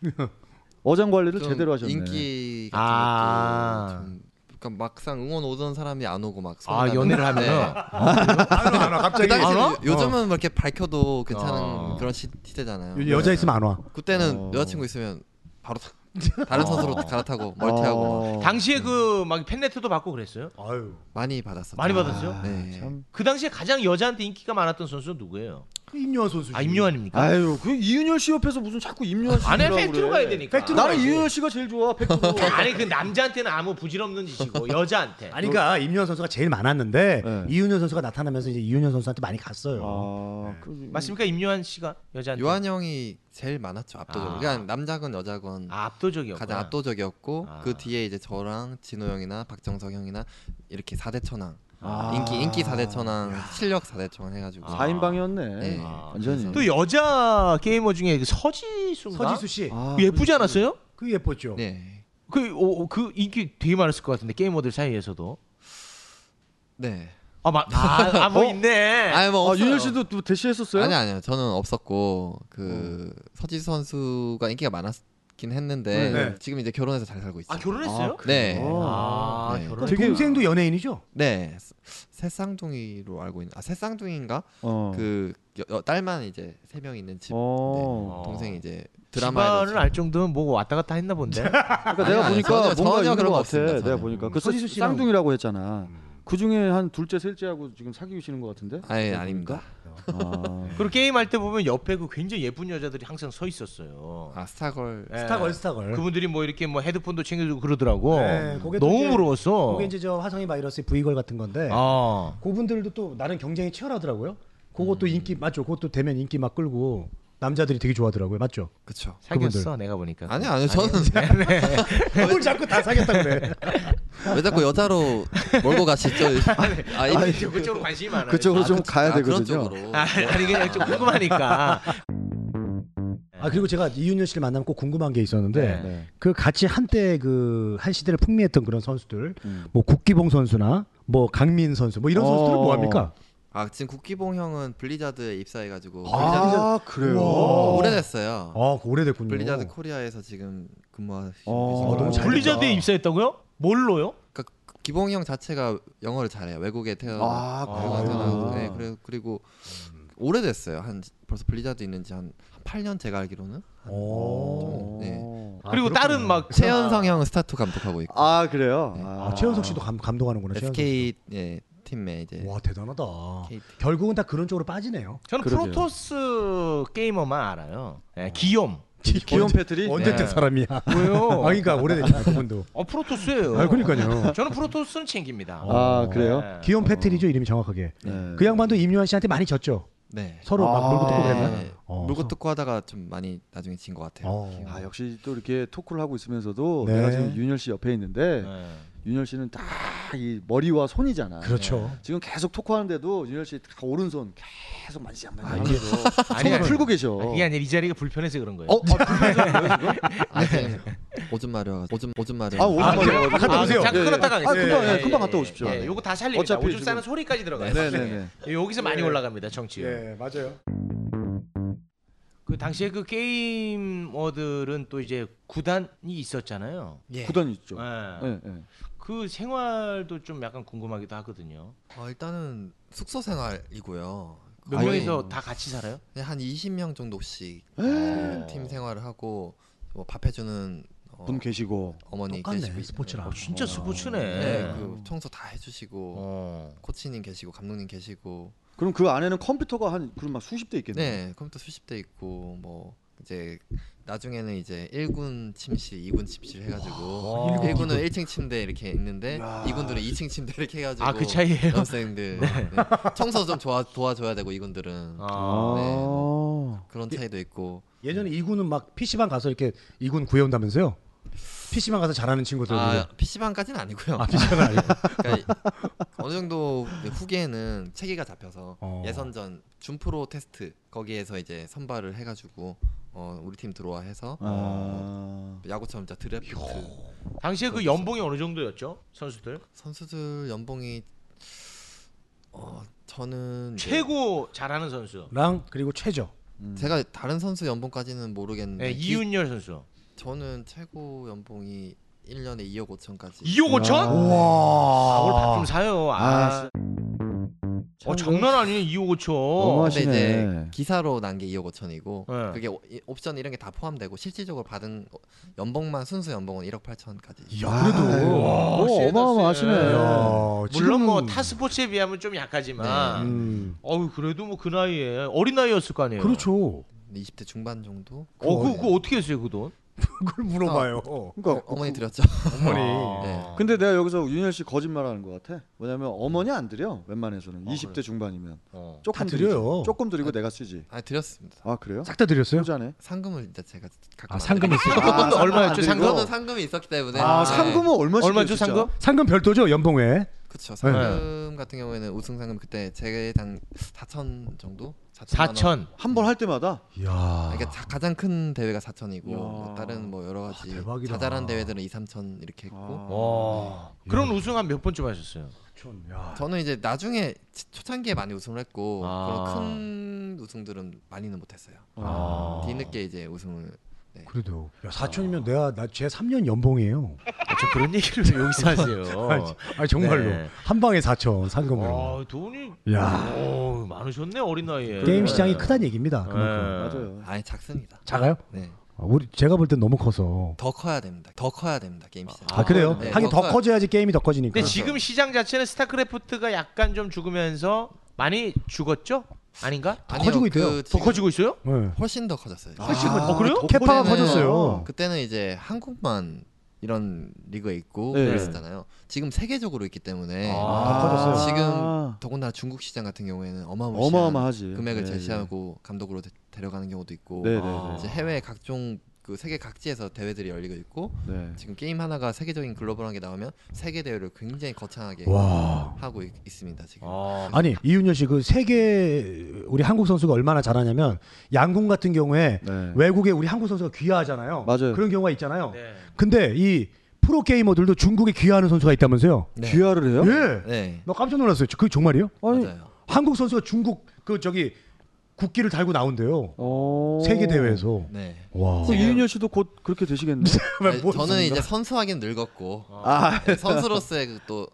어장 관리를 좀 제대로 하셨네. 인기 같은 아. 것도 좀 그러니까 막상 응원 오던 사람이 안 오고 막 아, 서운하고 연애를 네. 하면은 그 당시 안 와? 요즘은 이렇게 밝혀도 괜찮은 어. 그런 시, 시대잖아요. 네. 요- 네. 여자 있으면 안 와. 그때는 어. 여자친구 있으면 바로 타- 다른 선수로 갈아타고 멀티하고 막 어. 당시에 그 막 팬레터도 받고 그랬어요? 아유. 많이 받았었죠. 많이 받았죠? 네. 아, 참. 그 당시에 가장 여자한테 인기가 많았던 선수는 누구예요? 그 임요환 선수. 아, 임요환입니까? 아유, 그 이윤열 씨 옆에서 무슨 자꾸 임요한 씨. 아니, 얘기라고 팩트로 그래. 가야 되니까. 팩트로 나는 가야지. 이윤열 씨가 제일 좋아. 팩트로. 아니 그 남자한테는 아무 부질없는 짓이고 여자한테 아니 그러니까 임요환 선수가 제일 많았는데 어. 네. 이윤현 선수가 나타나면서 이제 이윤현 선수한테 많이 갔어요. 네. 아, 그, 맞습니까 임요한 씨가 여자한테 아. 요한 형이 제일 많았죠 압도적으로. 아. 그냥 남자건 여자건 아, 압도적이었구나 가장 압도적이었고 아. 그 뒤에 이제 저랑 진호 형이나 박정석 형이나 이렇게 4대 천왕 아. 인기 인기 4대 천왕 실력 4대 천왕 해가지고 아. 4인방이었네. 아. 네. 완전히. 또 여자 게이머 중에 그 서지수인가? 서지수 씨. 아, 예쁘지 않았어요? 그 예뻤죠. 네. 그, 어, 어, 그 인기 되게 많았을 것 같은데 게이머들 사이에서도 네. 아, 마, 아, 아, 뭐 있네 아니 뭐 아, 없어요. 윤열 씨도 또 대시했었어요? 아니 아니요 저는 없었고 그 서지수 선수가 인기가 많았긴 했는데 네. 지금 이제 결혼해서 잘 살고 있어요. 아 결혼했어요? 네. 어. 아, 네. 결혼 그럼 되게- 동생도 연예인이죠. 네. 새쌍둥이로 알고 있는 아 새쌍둥이인가? 어. 그 여- 여- 딸만 이제 세 명 있는 집 어. 네, 동생이 이제 드라마에도 집안을 알 정도면 뭐 왔다 갔다 했나 본데. 그러니까 아니, 내가 아니, 보니까 뭔가 전혀- 전혀 있는 그런 것 거 같아. 없습니다, 내가 저는. 보니까 그 서지수 씨랑- 쌍둥이라고 했잖아. 그 중에 한 둘째, 셋째하고 지금 사귀시는 것 같은데? 아예 아닙니다. 아. 그리고 게임 할 때 보면 옆에 그 굉장히 예쁜 여자들이 항상 서 있었어요. 아 스타걸 예. 스타걸 스타걸. 그분들이 뭐 이렇게 뭐 헤드폰도 챙겨주고 그러더라고. 네, 그게 또 어. 너무 이제- 부러웠어. 그게 이제 네. 저 화성인 바이러스 V걸 같은 건데 아. 그분들도 또 나름 경쟁이 치열하더라고요. 음. 그것도 인기 맞죠. 그것도 되면 인기 막 끌고 남자들이 되게 좋아하더라고요. 맞죠? 그쵸. 사귀었어 그분들. 내가 보니까. 아니 아니요 저는 뭘 자꾸 다 사겠다 그래. 왜 자꾸 여자로 몰고 가시죠? 아, 이- 아니, 그쪽으로 관심이 많아요. 그쪽으로 아, 좀 그- 가야 아, 그런 되거든요. 쪽으로. 아, 아니 그냥 좀 궁금하니까. 어, 아 그리고 제가 이윤현 씨를 만나면 꼭 궁금한 게 있었는데 네. 네. 그 같이 한때 그 한 시대를 풍미했던 그런 선수들, 음. 뭐 국기봉 선수나 뭐 강민 선수, 뭐 이런 어. 선수들은 뭐 합니까? 아 지금 국기봉 형은 블리자드에 입사해가지고 블리자드 아, 그래요. 우와. 오래됐어요. 아, 그 오래됐군요. 블리자드 코리아에서 지금 근무하시고 어, 계신 너무 거라고. 잘했다. 블리자드에 입사했다고요? 뭘로요? 그러니까 기봉 형 자체가 영어를 잘해요. 외국에 태어나 아, 아, 태어나고 그래요. 네, 그래, 그리고 오래됐어요. 한 벌써 블리자드 있는지 한 8년 제가 알기로는 오. 네. 아, 그리고 그렇구나. 다른 막 아, 최현성 형 스타투 감독하고 있고 아, 어, 그래요. 아, 최현석 씨도 감, 감독하는구나. 최현석 SK 예, 팀에 이제 씨. 와 대단하다. KT. 결국은 다 그런 쪽으로 빠지네요. 저는 그러게요. 프로토스 게이머만 알아요. 예, 기욤. 기욤 어. 패트리? 언제 때 네. 사람이야? 왜요? 아, 그러니까 오래됐잖아 그분도. 어 프로토스예요. 아, 그러니까요. 저는 프로토스는 챙깁니다. 아, 그래요? 예. 기욤 패트리죠 이름이 정확하게. 네. 어, 네. 그 양반도 임요한 씨한테 많이 졌죠. 네. 서로 막 아. 물고 뜯고 네. 그랬나? 어. 물고 뜯고 하다가 좀 많이 나중에 진 것 같아요. 어. 아, 역시 또 이렇게 토크를 하고 있으면서도 네. 내가 지금 윤열 씨 옆에 있는데 예. 윤열 씨는 다 이 머리와 손이잖아. 그렇죠. 지금 계속 토크하는데도 윤열 씨 다 오른손 계속 만지지 않만 아니, 하면서 아니, 손을 아니. 풀고 계셔. 아, 그게 아니라 이 자리가 불편해서 그런 거예요. 어? 아, 지금 오줌 마려 오줌 네. 오줌 마려. 아, 오줌 마려. 갔다 오세요. 잠깐 예, 끊었다 예. 가겠습니다. 아, 금방, 예, 금방 갔다 오십시오. 예, 요거 다 살립니다. 어차피 오줌 지금- 싸는 소리까지 들어가요. 네, 네, 예. 예, 여기서 많이 올라갑니다, 정치. 예, 맞아요. 그 당시에 그 게이머들은 또 이제 구단이 있었잖아요. 네. 구단 있죠. 예. 예, 예. 그 생활도 좀 약간 궁금하기도 하거든요. 아, 어, 일단은 숙소 생활이고요. 예. 몇 거의 명이서 다 같이 살아요? 그냥 한 20명 정도씩 네. 어. 팀 생활을 하고 뭐 밥 해주는 어, 분 계시고. 어머니 똑같네 계시고 스포츠랑. 어, 아. 진짜 스포츠네. 네, 그 청소 다 해주시고 어. 코치님 계시고 감독님 계시고 그럼 그 안에는 컴퓨터가 한 그럼 막 수십 대 있겠네. 네 컴퓨터 수십 대 있고 뭐 이제 나중에는 이제 1군 침실, 2군 침실 해가지고 와. 1군은 1층 침대 이렇게 있는데 야. 2군들은 2층 침대 이렇게 해가지고 아, 그 네. 차이예요? 학생들 네. 청소 좀 도와, 도와줘야 되고 2군들은 아. 네, 아. 그런 차이도 있고 예전에 이군은 막 PC방 가서 이렇게 이군 구해온다면서요? PC방 가서 잘하는 친구들. 아 아, PC방까지는 아니고요 아 PC방은 아니고. 그러니까 어느 정도 후기에는 체계가 잡혀서 어. 예선전 준프로 테스트 거기에서 이제 선발을 해가지고 어, 우리 팀 들어와 해서 아. 야구처럼 진짜 드래프트 당시에 그 그렇죠. 연봉이 어느 정도였죠? 선수들? 선수들 연봉이 어 네. 저는 이제 최고 잘하는 선수. 랑 그리고 최저. 제가 다른 선수 연봉까지는 모르겠는데 네, 기- 이윤열 선수. 저는 최고 연봉이 1년에 2억 5천까지 2억 5천? 아. 우와. 아, 오늘 밥좀 사요. 아. 어, 참 장난 아니네. 2억 5천. 너무하시- 근데 이제 하시네. 기사로 난 게 2억 5천이고 네. 그게 오- 이- 옵션 이런 게 다 포함되고 실질적으로 받은 어, 연봉만 순수 연봉은 1억 아, 8천까지. 야, 그래도. 뭐 어마어마하시네. 야, 물론 지금- 뭐 타 스포츠에 비하면 좀 약하지만 음. 어우 그래도 뭐 그 나이에 어린 나이였을 거 아니에요. 그렇죠. 20대 중반 정도. 어, 그, 그 어떻게 했어요, 그 돈? 그걸 물어봐요. 그러니까 어, 머니 드렸죠. 어머니. 아. 네. 근데 내가 여기서 윤열 씨 거짓말하는 것 같아. 왜냐면 어머니 안 드려. 웬만해서는 20대 중반이면 어. 조금 다 드려요. 드리지. 조금 드리고 내가 쓰지. 아 드렸습니다. 아 그래요? 싹 다 드렸어요? 효자네. 상금을 진짜 제가 가끔 아, 안 상금 있어요. 아, 그건 상금 얼마였죠, 안 상금? 드리고? 저는 상금이 있었기 때문에. 아 네. 상금은 얼마씩 얼마죠, 상금? 상금 별도죠, 연봉에. 그쵸 상금 같은 경우에는 우승 상금 그때 제당 4천 정도. 4천만 원. 4천. 한번 할 때마다 야. 아, 그러니까 자- 가장 큰 대회가 4천이고 이야. 뭐 다른 뭐 여러 가지 와, 대박이다. 자잘한 대회들은 2, 3천 이렇게 아. 아. 했고 와. 그런 음. 우승 한 몇 번쯤 하셨어요? 야. 저는 이제 나중에 치- 초창기에 많이 우승을 했고 아. 아. 아. 아. 아. 그런 큰 우승들은 많이는 못했어요. 뒤늦게 이제 우승을 그래도 야, 4천이면 내가 나 제 3년 연봉이에요. 저 그런 얘기를 왜 여기서 아니, 하세요? 아니, 정말로 네. 한 방에 4천 상금으로. 아, 돈이 야. 오, 많으셨네 네. 어린 나이에. 게임 시장이 크다는 얘기입니다. 그만큼. 맞아요. 아니 작습니다. 작아요? 네. 아, 우리 제가 볼 땐 너무 커서. 더 커야 됩니다. 더 커야 됩니다. 게임 시장. 아 그래요? 네, 하긴 더 커요. 커져야지 게임이 더 커지니까. 근데 지금 시장 자체는 스타크래프트가 약간 좀 죽으면서 많이 죽었죠? 아닌가? 아니요, 커지고 있대요. 그 더 지금 커지고 있어요? 네. 훨씬 더 커졌어요. 아. 훨씬 더- 어, 그래요? 캐파가 그때는- 커졌어요. 그때는 이제 한국만 이런 리그가 있고 네. 그랬었잖아요. 지금 세계적으로 있기 때문에 아, 커졌어요. 지금 더군다나 중국 시장 같은 경우에는 어마무시한 어마어마하지. 금액을 예, 예. 제시하고 감독으로 데, 데려가는 경우도 있고 네, 네, 아. 이제 해외 각종 그 세계 각지에서 대회들이 열리고 있고 네. 지금 게임 하나가 세계적인 글로벌한 게 나오면 세계 대회를 굉장히 거창하게 와. 하고 있, 있습니다 지금. 아, 아니 이윤열 씨그 세계 우리 한국 선수가 얼마나 잘하냐면 양궁 같은 경우에 네. 외국에 우리 한국 선수가 귀화하잖아요. 맞아요. 그런 경우가 있잖아요. 네. 근데 이 프로 게이머들도 중국에 귀화하는 선수가 있다면서요? 네. 귀화를 해요? 예. 네 나 깜짝 놀랐어요. 그게 정말이요? 아니 맞아요. 한국 선수가 중국 그 저기 국기를 달고 나온대요. 어. 세계 대회에서. 네. 와. 그럼 이윤열 씨도 곧 그렇게 되시겠네. 왜 아니, 뭐 저는 이제 선수하긴 늙었고 아. 네, 선수로서의 그또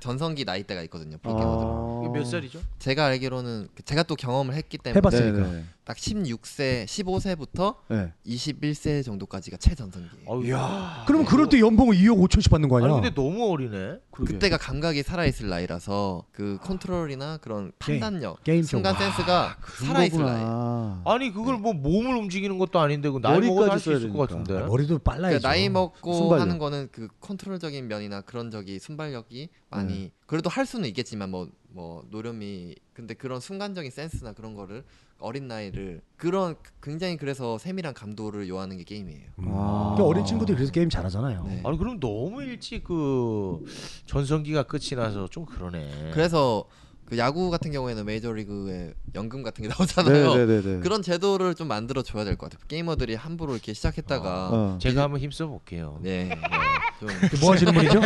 전성기 나이대가 있거든요. 프로게이머들은. 이게 몇 살이죠? 제가 알기로는 그 제가 또 경험을 했기 때문에 해봤어요. 네네. 딱 16세, 15세부터 네. 21세 정도까지가 최전성기예요. 아유. 야. 그러면 그럴 때 연봉을 2억 5천씩 받는 거 아니 아니야? 근데 너무 어리네. 그러게. 그때가 감각이 살아있을 나이라서 그 컨트롤이나 그런 게임, 판단력, 게임 순간 정보. 센스가 살아있을 나이. 아. 아니 그걸 뭐 몸을 움직이는 것도 아닌데 그 나이 머리까지 먹어도 할 수 써야 있을 것 되니까. 같은데. 아, 머리도 빨라야죠. 그러니까 나이 먹고 순발력. 하는 거는 그 컨트롤적인 면이나 그런 적이 순발력이 많이 그래도 할 수는 있겠지만 뭐 뭐 노련미 근데 그런 순간적인 센스나 그런 거를 어린 나이를 그런 굉장히 그래서 세밀한 감도를 요하는 게 게임이에요. 음. 아. 그러니까 어린 친구들이 그래서 게임 잘하잖아요. 네. 아니 그럼 너무 일찍 그 전성기가 끝이 나서 좀 그러네. 그래서 그 야구 같은 경우에는 메이저리그에 연금 같은 게 나오잖아요. 네네네. 그런 제도를 좀 만들어 줘야 될 것 같아요. 게이머들이 함부로 이렇게 시작했다가 어. 제가 한번 힘써 볼게요. 네, 네, 좀 뭐 하시는 분이죠?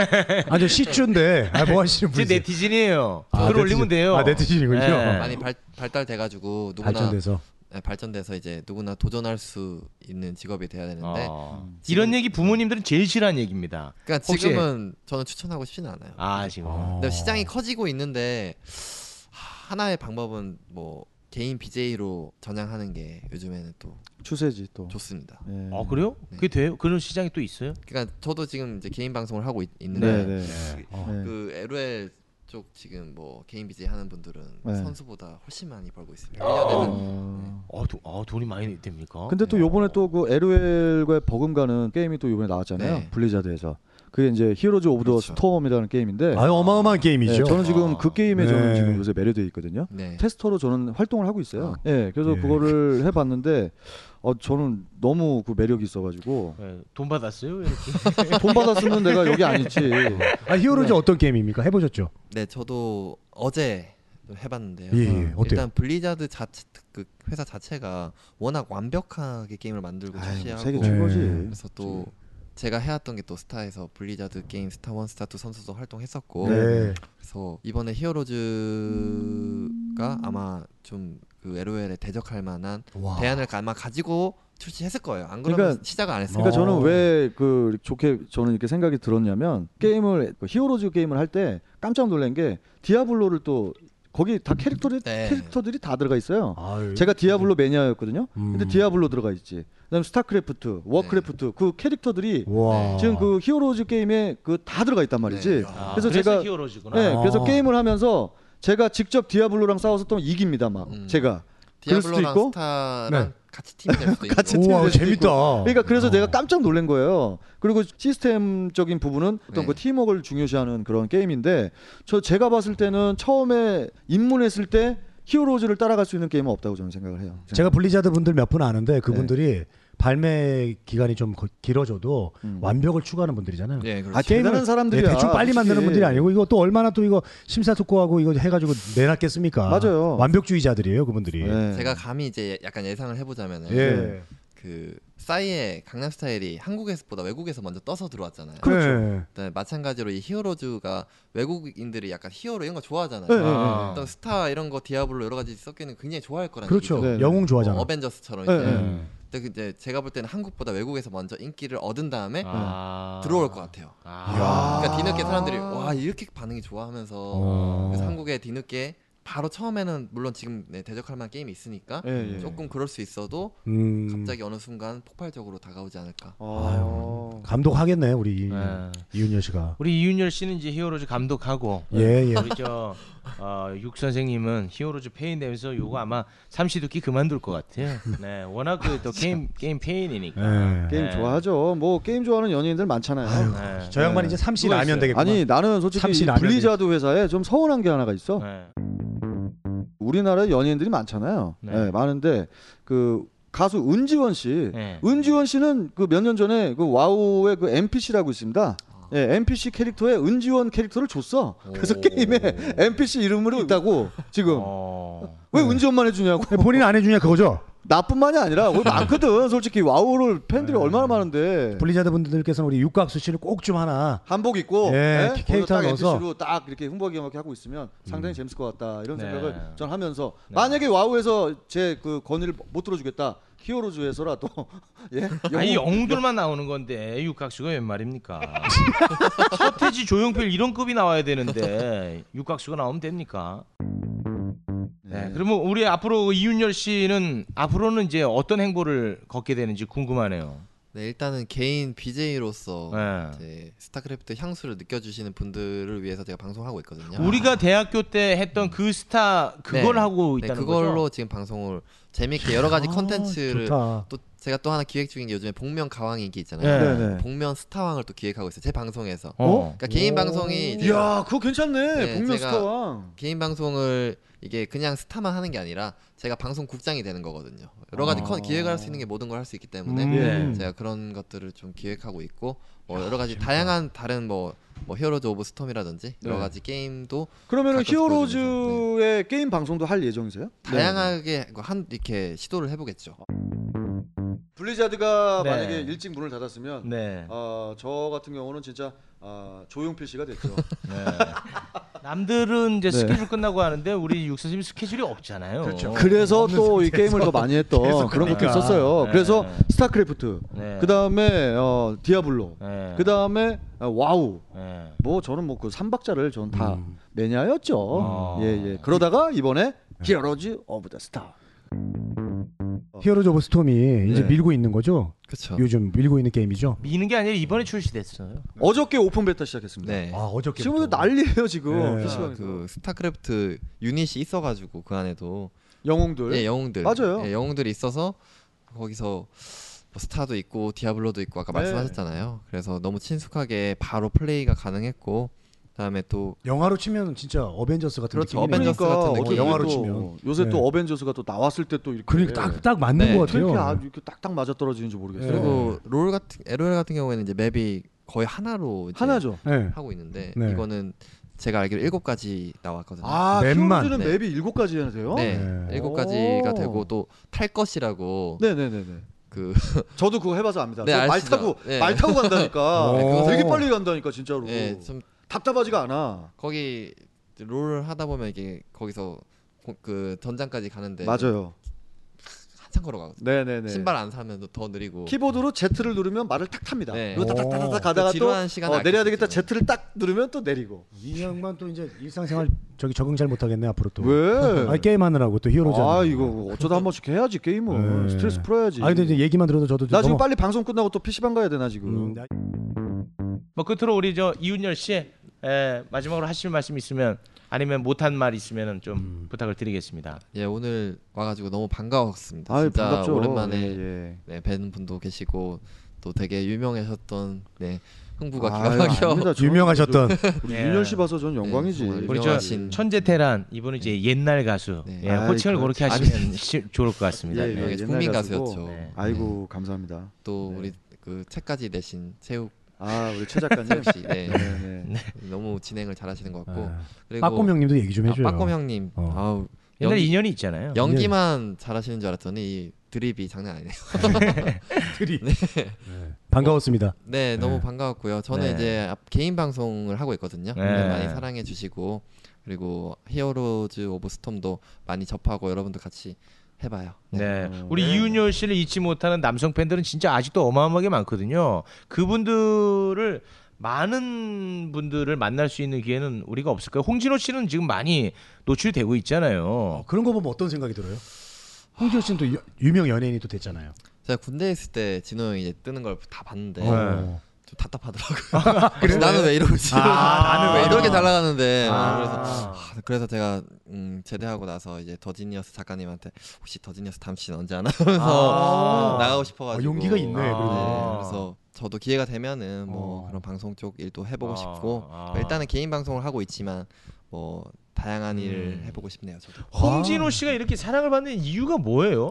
아 저 시주인데 아, 뭐 하시는 제 분이세요? 네티즌이에요. 아, 글 네티즌. 올리면 돼요. 아, 네티즌이군요. 네. 많이 발, 발달돼가지고 누구나 발전돼서 네, 발전돼서 이제 누구나 도전할 수 있는 직업이 돼야 되는데 아. 이런 얘기 부모님들은 제일 싫어하는 얘기입니다. 그러니까 혹시- 지금은 저는 추천하고 싶지는 않아요. 아 지금. 근데 시장이 커지고 있는데 하- 하나의 방법은 뭐 개인 BJ로 전향하는 게 요즘에는 또 추세지 또. 좋습니다. 예. 아 그래요? 그게 돼요? 그런 시장이 또 있어요? 그러니까 저도 지금 이제 개인 방송을 하고 있, 네, 있는데 네. 아, 네. 그 LOL 쪽 지금 뭐 개인 BJ 하는 분들은 네. 선수보다 훨씬 많이 벌고 있습니다. 1년에는 어. 아, 돈- 아 돈이 많이 어? 됩니까? 네. 근데 네. 또 요번에 또 그 LOL과의 버금가는 게임이 또 요번에 나왔잖아요. 네. 블리자드에서. 그게 이제 히어로즈 오브 더 그렇죠. 스톰이라는 게임인데 아유 어마어마한 네, 게임이죠. 저는 지금 아. 그 게임에 네. 저는 지금 요새 매료돼 있거든요. 네. 아. 테스터로 저는 활동을 하고 있어요. 예. 그래서 예. 그거를 해 봤는데 어 저는 너무 그 매력이 있어 가지고 예, 돈 받았어요? 왜 이렇게? 돈 받았으면 내가 여기 안 있지. 아 히어로즈 네. 어떤 게임입니까? 해보셨죠? 네, 저도 어제 좀 해봤는데요. 음, 예, 예. 어때요? 일단 블리자드 자체 그 회사 자체가 워낙 완벽하게 게임을 만들고 아유, 출시하고 세계 네. 최고지. 네. 그래서 또 제가 해왔던 게 또 스타에서 블리자드 게임 스타 원 스타 투 선수도 활동했었고 네. 그래서 이번에 히어로즈가 아마 좀그 LOL에 대적할 만한 와. 대안을 아마 가지고 출시했을 거예요. 안 그러면 그러니까- 시작을 안 했을 그러니까 거예요. 어. 저는 왜 그 좋게 저는 이렇게 생각이 들었냐면 게임을 그 히어로즈 게임을 할 때 깜짝 놀란 게 디아블로를 또 거기 다 캐릭터들이 네. 캐릭터들이 다 들어가 있어요. 아유. 제가 디아블로 매니아였거든요. 근데 음. 디아블로 들어가 있지. 그다음 스타크래프트, 워크래프트 그 캐릭터들이 와. 지금 그 히어로즈 게임에 그 다 들어가 있단 말이지. 네. 아, 그래서 그래서 제가 히어로즈구나. 네, 아. 그래서 게임을 하면서 제가 직접 디아블로랑 싸워서 또 이깁니다 막 음. 제가. 그럴 수도 디아블로랑 있고? 스타랑 네. 같이 팀이 될 수도 있고 같이 팀이 우와 될 수도 재밌다. 그러니까 그래서 어. 내가 깜짝 놀란 거예요. 그리고 시스템적인 부분은 어떤 네. 그 팀워크를 중요시하는 그런 게임인데 저 제가 봤을 때는 처음에 입문했을 때 히어로즈를 따라갈 수 있는 게임은 없다고 저는 생각을 해요. 제가 블리자드 분들 몇 분 아는데 그분들이 발매 기간이 좀 거- 길어져도 네. 음. 완벽을 추구하는 분들이잖아요. 네, 그렇죠. 아, 대단한 사람들이야. 예, 대충 빨리 솔직히. 만드는 분들이 아니고 이거 또 얼마나 또 이거 심사숙고하고 이거 해가지고 내놨겠습니까? 맞아요. 예. 완벽주의자들이에요 그분들이. 네. 제가 감히 이제 약간 예상을 해보자면 예. 그 싸이의 강남스타일이 한국에서보다 외국에서 먼저 떠서 들어왔잖아요. 그렇죠. 네, 마찬가지로 이 히어로즈가 외국인들이 약간 히어로 이런 거 좋아하잖아요. 네, 네, 네. 아. 어떤 스타 이런 거 디아블로 여러 가지 섞이는 거 굉장히 좋아할 네. 거라는 그렇죠. 얘기죠. 영웅 좋아하잖아. 어, 어벤져스처럼 네, 이제. 네. 근데 그 이제 제가 볼 때는 한국보다 외국에서 먼저 인기를 얻은 다음에 아. 네. 들어올 것 같아요. 아. 그러니까 뒤늦게 사람들이 와 이렇게 반응이 좋아하면서 어. 그래서 한국에 뒤늦게 바로 처음에는 물론 지금 네, 대적할 만한 게임이 있으니까 네. 예, 예. 조금 그럴 수 있어도 음, 갑자기 어느 순간 폭발적으로 다가오지 않을까. 아유. 감독하겠네 우리 이- 네. 이윤열 씨가. 우리 이윤열 씨는 이제 히어로즈 감독하고 네. 예 예. 우리 어, 저육 선생님은 히어로즈 페인 되면서 요거 아마 삼시두끼 그만둘 것 같아요. 네, 워낙 그 또 게임 게임 페인이니까. 예. 게임 네. 좋아하죠. 뭐 게임 좋아하는 연예인들 많잖아요. 네. 저 양반 이제 삼시 누가 라면 있어요? 되겠구만. 아니 나는 삼시 솔직히 이 라면 블리자드 회사에 좀 서운한 게 하나가 있어. 네. 우리나라에 연예인들이 많잖아요. 네. 네, 많은데 그 가수 은지원 씨, 네. 은지원 씨는 그 몇 년 전에 그 와우의 그 NPC라고 있습니다. 아. 예, NPC 캐릭터에 은지원 캐릭터를 줬어. 그래서 오. 게임에 NPC 이름으로 있다고 지금 어. 왜 은지원만 해주냐고. 네. 본인 안 해주냐 그거죠? 나뿐만이 아니라 우리 많거든. 솔직히 와우를 팬들이 네. 얼마나 많은데 블리자드 분들께서는 우리 육각수 씨를 꼭 좀 하나. 한복 입고 예, 예, 거기서 캐릭터 딱 넣어서. 음. NPC로 딱 이렇게 흥보기염하게 하고 있으면 상당히 재밌을 것 같다 이런 네. 생각을 전 하면서 만약에 와우에서 제 그 건의를 못 들어주겠다 히어로즈에서라도 예 아니 영웅들만 나오는 건데 육각수가 웬 말입니까? 서태지 조용필 이런 급이 나와야 되는데 육각수가 나오면 됩니까? 네. 그러면 우리 앞으로 이윤열 씨는 앞으로는 이제 어떤 행보를 걷게 되는지 궁금하네요. 네, 일단은 개인 BJ로서 네. 이제 스타크래프트 향수를 느껴주시는 분들을 위해서 제가 방송하고 있거든요. 우리가 대학교 때 했던 그 스타 그걸 네. 하고 네, 있다는 그걸로 거죠. 아, 지금 방송을 재밌게 여러 가지 아, 컨텐츠를 좋다. 또 제가 또 하나 기획 중인 게 요즘에 복면 가왕 인기 있잖아요. 네. 네네. 복면 스타왕을 또 기획하고 있어요. 제 방송에서. 어. 그러니까 개인 방송이 이제 야 그거 네. 괜찮네 네, 복면 제가- 스타왕 개인 방송을 이게 그냥 스타만 하는 게 아니라 제가 방송 국장이 되는 거거든요. 여러 가지 컨 기획할 수 있는 게 모든 걸 할 수 있기 때문에 음. 제가 그런 것들을 좀 기획하고 있고 뭐 여러 가지 다양한 다른 뭐, 뭐 히어로즈 오브 스톰이라든지 여러 네. 가지 게임도 그러면은 가끔 보여주면서, 히어로즈의 게임 방송도 할 예정이세요? 다양하게 그 한 이렇게 시도를 해보겠죠. 블리자드가 네. 만약에 일찍 문을 닫았으면 네. 어, 저 같은 경우는 진짜 아, 조용필 씨가 됐죠. 네. 남들은 이제 네. 스케줄 끝나고 하는데 우리 육 선생님 스케줄이 없잖아요. 그렇죠. 그래서 또 이 게임을 더 많이 했던 그런 것도 그러니까. 있었어요. 네. 그래서 스타크래프트, 네. 그 다음에 어, 디아블로, 네. 그 다음에 와우. 네. 뭐 저는 뭐 그 삼박자를 전 다 매니아였죠. 아. 예예. 그러다가 이번에 히어로즈 오브 더 스타. 히어로즈 오브 스톰이 이제 네. 밀고 있는 거죠? 그렇죠. 요즘 밀고 있는 게임이죠? 미는 게 아니라 이번에 출시됐어요. 어저께 오픈 베타 시작했습니다. 네. 어저께 지금 난리예요 지금. 네. PC방에서. 그 스타크래프트 유닛이 있어가지고 그 안에도 영웅들. 예 영웅들 맞아요. 예, 영웅들이 있어서 거기서 뭐 스타도 있고 디아블로도 있고 아까 네. 말씀하셨잖아요. 그래서 너무 친숙하게 바로 플레이가 가능했고 그다음에 또 영화로 치면 진짜 어벤져스 같은 그렇죠, 느낌이네. 어벤져스 같은 느낌. 그러니까 어쨌든 영화로 또 치면. 요새 네. 또 어벤져스가 또 나왔을 때 또 이렇게 그러니까 딱 그렇죠. 딱 맞는 네. 것 어떻게 같아요. 그러니까 아주 이렇게 딱딱 맞아 떨어지는지 모르겠어요. 그리고 롤 같은 LOL 같은 경우에는 이제 맵이 거의 하나로 이제 하나죠. 네. 하고 있는데 네. 이거는 제가 알기로 일곱 가지 나왔거든요. 아, 맵만. 히어로즈는 네. 맵이 일곱 가지 해야 돼요? 네, 네. 오. 일곱 가지가 되고 또 탈 것이라고 네, 네, 네, 네. 그 저도 그거 해봐서 압니다. 네, 저말 아시죠? 타고 네. 어. 말 타고 간다니까. 네, 그거 되게 타고. 빨리 간다니까 진짜로. 예, 좀 답답하지가 않아. 거기 롤을 하다 보면 이게 거기서 고- 그 전장까지 가는데 맞아요. 한참 걸어가거든요. 네, 네, 네. 신발 안 사면 더 느리고 키보드로 Z를 누르면 말을 탁 탑니다. 네. 그리고 오. 딱딱딱딱 가다가 또그 지루한 시간을 어, 아낄 내려야 수 되겠다. 있지만. Z를 딱 누르면 또 내리고. 이 양반 또 이제 일상생활 저기 적응 잘 못하겠네 앞으로 또. 왜? 아 게임 하느라고 또 히어로즈. 아 하느라고. 이거 어쩌다 한 번씩 해야지 게임을 네. 스트레스 풀어야지. 아 근데 이제 얘기만 들어도 저도 나 지금 너무- 빨리 방송 끝나고 또 PC방 가야 되나 지금. 음, 나- 뭐 끝으로 우리 저 이윤열 씨 에, 마지막으로 하실 말씀 있으면 아니면 못한 말 있으면 좀 부탁을 드리겠습니다. 예 오늘 와가지고 너무 반가웠습니다. 아유, 진짜 반갑죠. 오랜만에 예, 예. 네, 뵌 분도 계시고 또 되게 유명하셨던 네 흥부가 기가 아유, 막혀 아닙니다. 저는 유명하셨던 네. 저- 우리 예. 윤열 씨 봐서 전 영광이지. 정말 그렇죠. 우리 저 유명하신 천재 테란 이분은 이제 옛날 가수 네. 예, 아이, 호칭을 그렇게 그렇지. 하시면 시- 좋을 것 같습니다. 예, 네. 예. 유명하신 옛날 국민 가수고. 네. 가수였죠. 네. 아이고 감사합니다. 또 우리 그 책까지 내신 체육 아 우리 최 작가님. 역시 네. 네, 네. 너무 진행을 잘하시는 것 같고 그리고 아, 빠꼼 형님도 얘기 좀 해줘요. 아, 빠꼼 형님 어. 예. 아우 옛날 연기- 인연이 있잖아요. 연기만 잘하시는 줄 알았더니 이 드립이 장난 아니네요. 드리. 네. 반가웠습니다. 네, 너무 반가웠고요. 저는 네. 이제 앞- 개인 방송을 하고 있거든요. 네. 오늘 많이 사랑해 주시고 그리고 히어로즈 오브 스톰도 많이 접하고 여러분도 같이 해봐요. 네. 우리 이윤열 씨를 잊지 못하는 남성 팬들은 진짜 아직도 어마어마하게 많거든요. 그분들을 많은 분들을 만날 수 있는 기회는 우리가 없을까요? 홍진호 씨는 지금 많이 노출되고 있잖아요. 어, 그런 거 보면 어떤 생각이 들어요? 홍지호 씨는 또 유- 유명 연예인이 또 됐잖아요. 제가 군대에 있을 때 진호 형이 이제 뜨는 걸 다 봤는데 어. 좀 답답하더라고요. 그래서 나는 왜 이러지? 아. 아, 나는 왜 이렇게 잘 나가는데 그래서 아, 그래서 제가 음, 제대하고 나서 이제 더지니어스 작가님한테 혹시 더지니어스 다음 시즌 언제 하나 아. 하면서 나가고 싶어가지고 어, 용기가 있네, 그래도. 네, 그래서 저도 기회가 되면은 뭐 어. 그런 방송 쪽 일도 해보고 아, 싶고 아. 일단은 개인 방송을 하고 있지만 뭐 다양한 일을 해보고 싶네요. 저도 아. 홍진호 씨가 이렇게 사랑을 받는 이유가 뭐예요?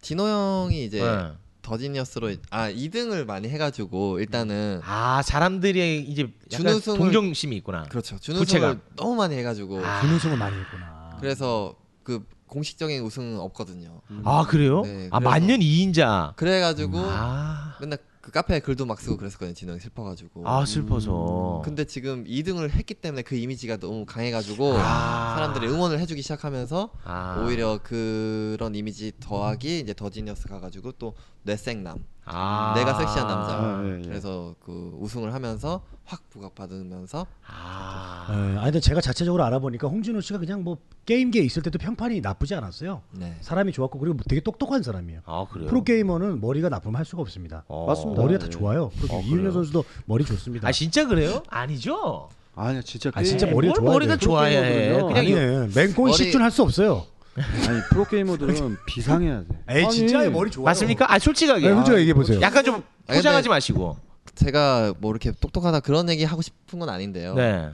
진호 형이 이제 네. 더지니어스로 이- 아 2등을 많이 해가지고 일단은 아 사람들이 이제 약간 준우승을- 동정심이 있구나. 그렇죠 준우승을 부채가. 너무 많이 해가지고 준우승을 많이 했구나. 아. 그래서 그 공식적인 우승은 없거든요. 아 그래요? 네, 아 그래서- 어. 만년 2인자. 그래가지고 아, 맨날 그 카페에 글도 막 쓰고 그랬었거든요 진호 형이 슬퍼가지고. 아 슬퍼서. 근데 지금 2등을 했기 때문에 그 이미지가 너무 강해가지고 아. 사람들이 응원을 해주기 시작하면서 아. 오히려 그런 이미지 더하기 이제 더지니어스 가가지고 또 뇌생남 아. 내가 섹시한 남자 아, 네. 예, 예. 그래서 그 우승을 하면서 확 부각받으면서 아. 예, 아니 근데 제가 자체적으로 알아보니까 홍진호 씨가 그냥 뭐 게임계에 있을 때도 평판이 나쁘지 않았어요. 네 사람이 좋았고 그리고 되게 똑똑한 사람이에요. 아 그래요. 프로게이머는 머리가 나쁘면 할 수가 없습니다. 어. 맞습니다. 머리가 다 좋아요. 프로게이머. 이윤여 선수도 머리 좋습니다. 아 진짜 그래요? 아니죠. 아니야 진짜 아, 진짜 게임- 머리를 뭘 좋아해야 머리가 돼. 좋아야 해. 프로게이머들은요. 그냥 이거- 아니네. 맹꽁이 머리- 식준 할 수 없어요. 아니 프로게이머들은 비상해야 돼. 에이 아니, 진짜요 머리 좋아요. 맞습니까? 아 솔직하게. 네, 솔직히 얘기해 보세요. 약간 좀 아, 근데- 포장하지 마시고. 제가 뭐 이렇게 똑똑하다 그런 얘기 하고 싶은 건 아닌데요 네.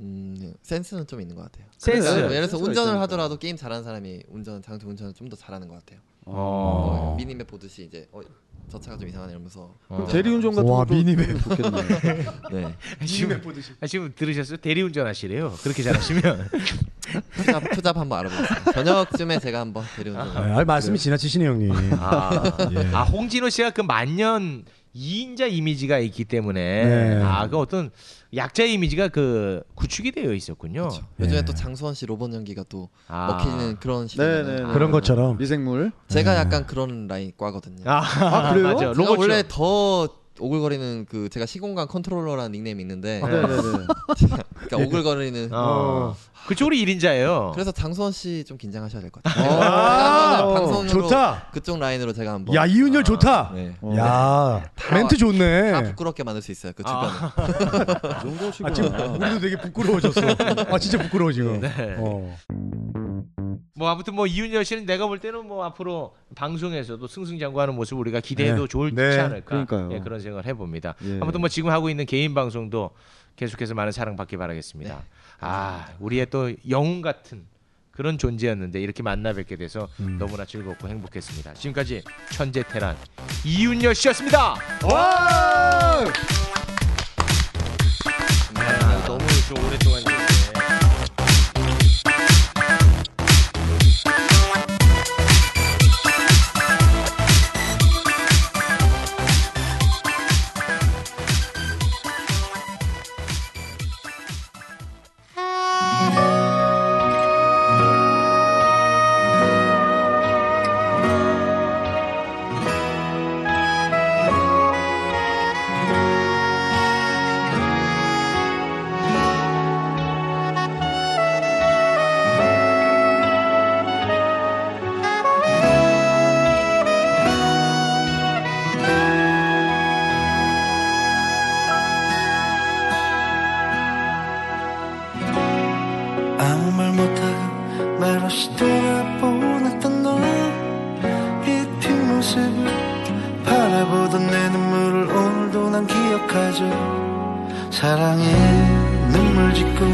음 센스는 좀 있는 것 같아요 센스. 그러니까 예를 들어서 센스가 운전을 있으니까. 하더라도 게임 잘하는 사람이 운전 장소 운전을 좀 더 잘하는 것 같아요 어. 어. 뭐 미니맵 보듯이 이제 어, 저 차가 좀 이상하네 이러면서 그럼 운전을 대리운전 같은 와, 것도 미니맵. 좋겠네. 네. 지금 아, 지금 들으셨어요? 대리운전 하시래요. 그렇게 잘하시면. 투잡, 투잡 한번 알아보겠습니다. 저녁쯤에 제가 한번 데려온다. 아, 아, 말씀이 지나치시네 형님. 아, 예. 아 홍진호 씨가 그 만년 2인자 이미지가 있기 때문에 네. 아 그 어떤 약자 이미지가 그 구축이 되어 있었군요. 요즘에 예. 또 장수원 씨 로봇 연기가 또 아. 먹히는 그런 식이 네, 네, 네. 그런 것처럼 미생물. 제가 약간 그런 라인과거든요. 아, 그래요? 맞아. 제가 로봇 원래 더 오글거리는 그 제가 시공간 컨트롤러라는 닉네임이 있는데 네네네. 그러니까 오글거리는 어. 그쪽으로 1인자예요. 그래서 장수원 씨 좀 긴장하셔야 될 것 같아요. 제가 한번 방송으로 좋다. 그쪽 라인으로 제가 한번 야 이윤열 예. 좋다. 네. 어, 야 멘트 다 좋네. 부끄럽게 만들 수 있어요. 그 주변. 아, 은 그 정도시구나. 아 지금 우리도 되게 부끄러워졌어. 아 진짜 부끄러워 지금. 네. 어. 뭐 아무튼 뭐 이윤열 씨는 내가 볼 때는 뭐 앞으로 방송에서도 승승장구하는 모습 우리가 기대해도 네. 좋을지 네. 않을까 그러니까요. 예, 그런 생각을 해봅니다. 예. 아무튼 뭐 지금 하고 있는 개인 방송도 계속해서 많은 사랑받기 바라겠습니다. 네. 아 우리의 또 영웅 같은 그런 존재였는데 이렇게 만나 뵙게 돼서 음. 너무나 즐겁고 행복했습니다. 지금까지 천재 테란 이윤열 씨였습니다. 아, 너무 좀 오랫동안. 이렇게 아무 말 못하고 말없이 돌아보냈던 너의 이 뒷모습을 바라보던 내 눈물을 오늘도 난 기억하죠 사랑에 눈물 짓고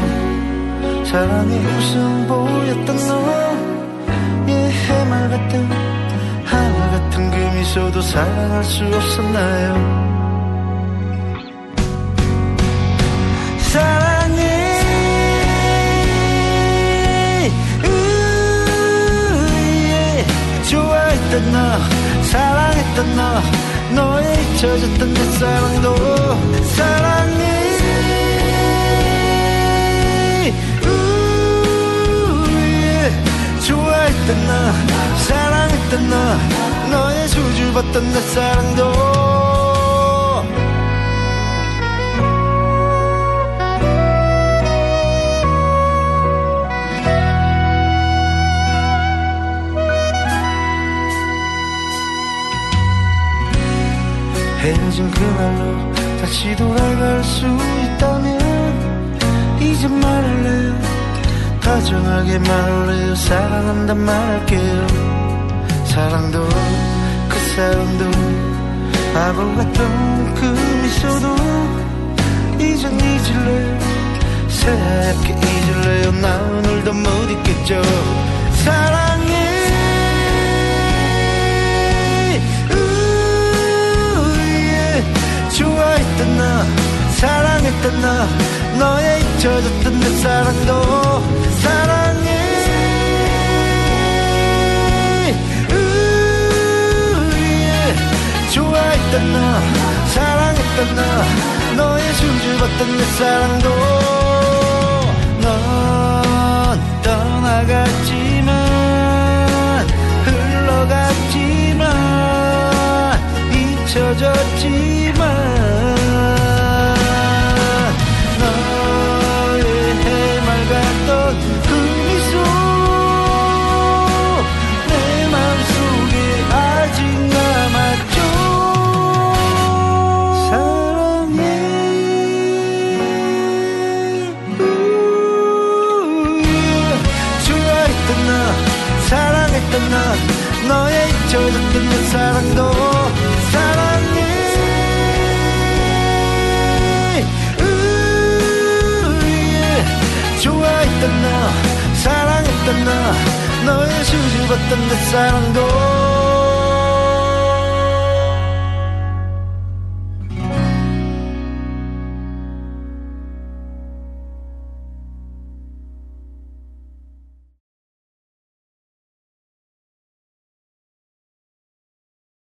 사랑에 웃음 보였던 너의 해말 같은 하늘 같은 그 미소도 사랑할 수 없었나요 사랑해 우예 좋아했던 너 잊혀졌던 너 너의 잊혀졌던 내 사랑도 사랑이 우리의 좋아했던 나 사랑했던 나 너의 수줍었던 그 내 사랑도 헤어진 그날로 다시 돌아갈 수 있다면 이제 말할래요 다정하게 말할래요 사랑한다 말할게요 사랑도 그 사랑도 바보 같던 그 미소도 이젠 잊을래요 새하얗게 잊을래요 나 오늘도 못 잊겠죠 사랑해 우예 좋아했던 나 사랑했던 나 너의 잊혀졌던 내 사랑도 사랑해 우예 좋아했던 나 사랑했던 나 너의 숨죽었던 내 사랑도 넌 떠나갔지만 흘러갔지만 잊혀졌지만 너의 해맑았던 그 미소 내 마음속에 아직 남았죠 사랑해 우예. 좋아했던 나 사랑했던 나 너의 잊혀졌던 내 사랑도 사랑해 우예. 좋아했던 나 사랑했던 나 너의 수줍었던 내 사랑도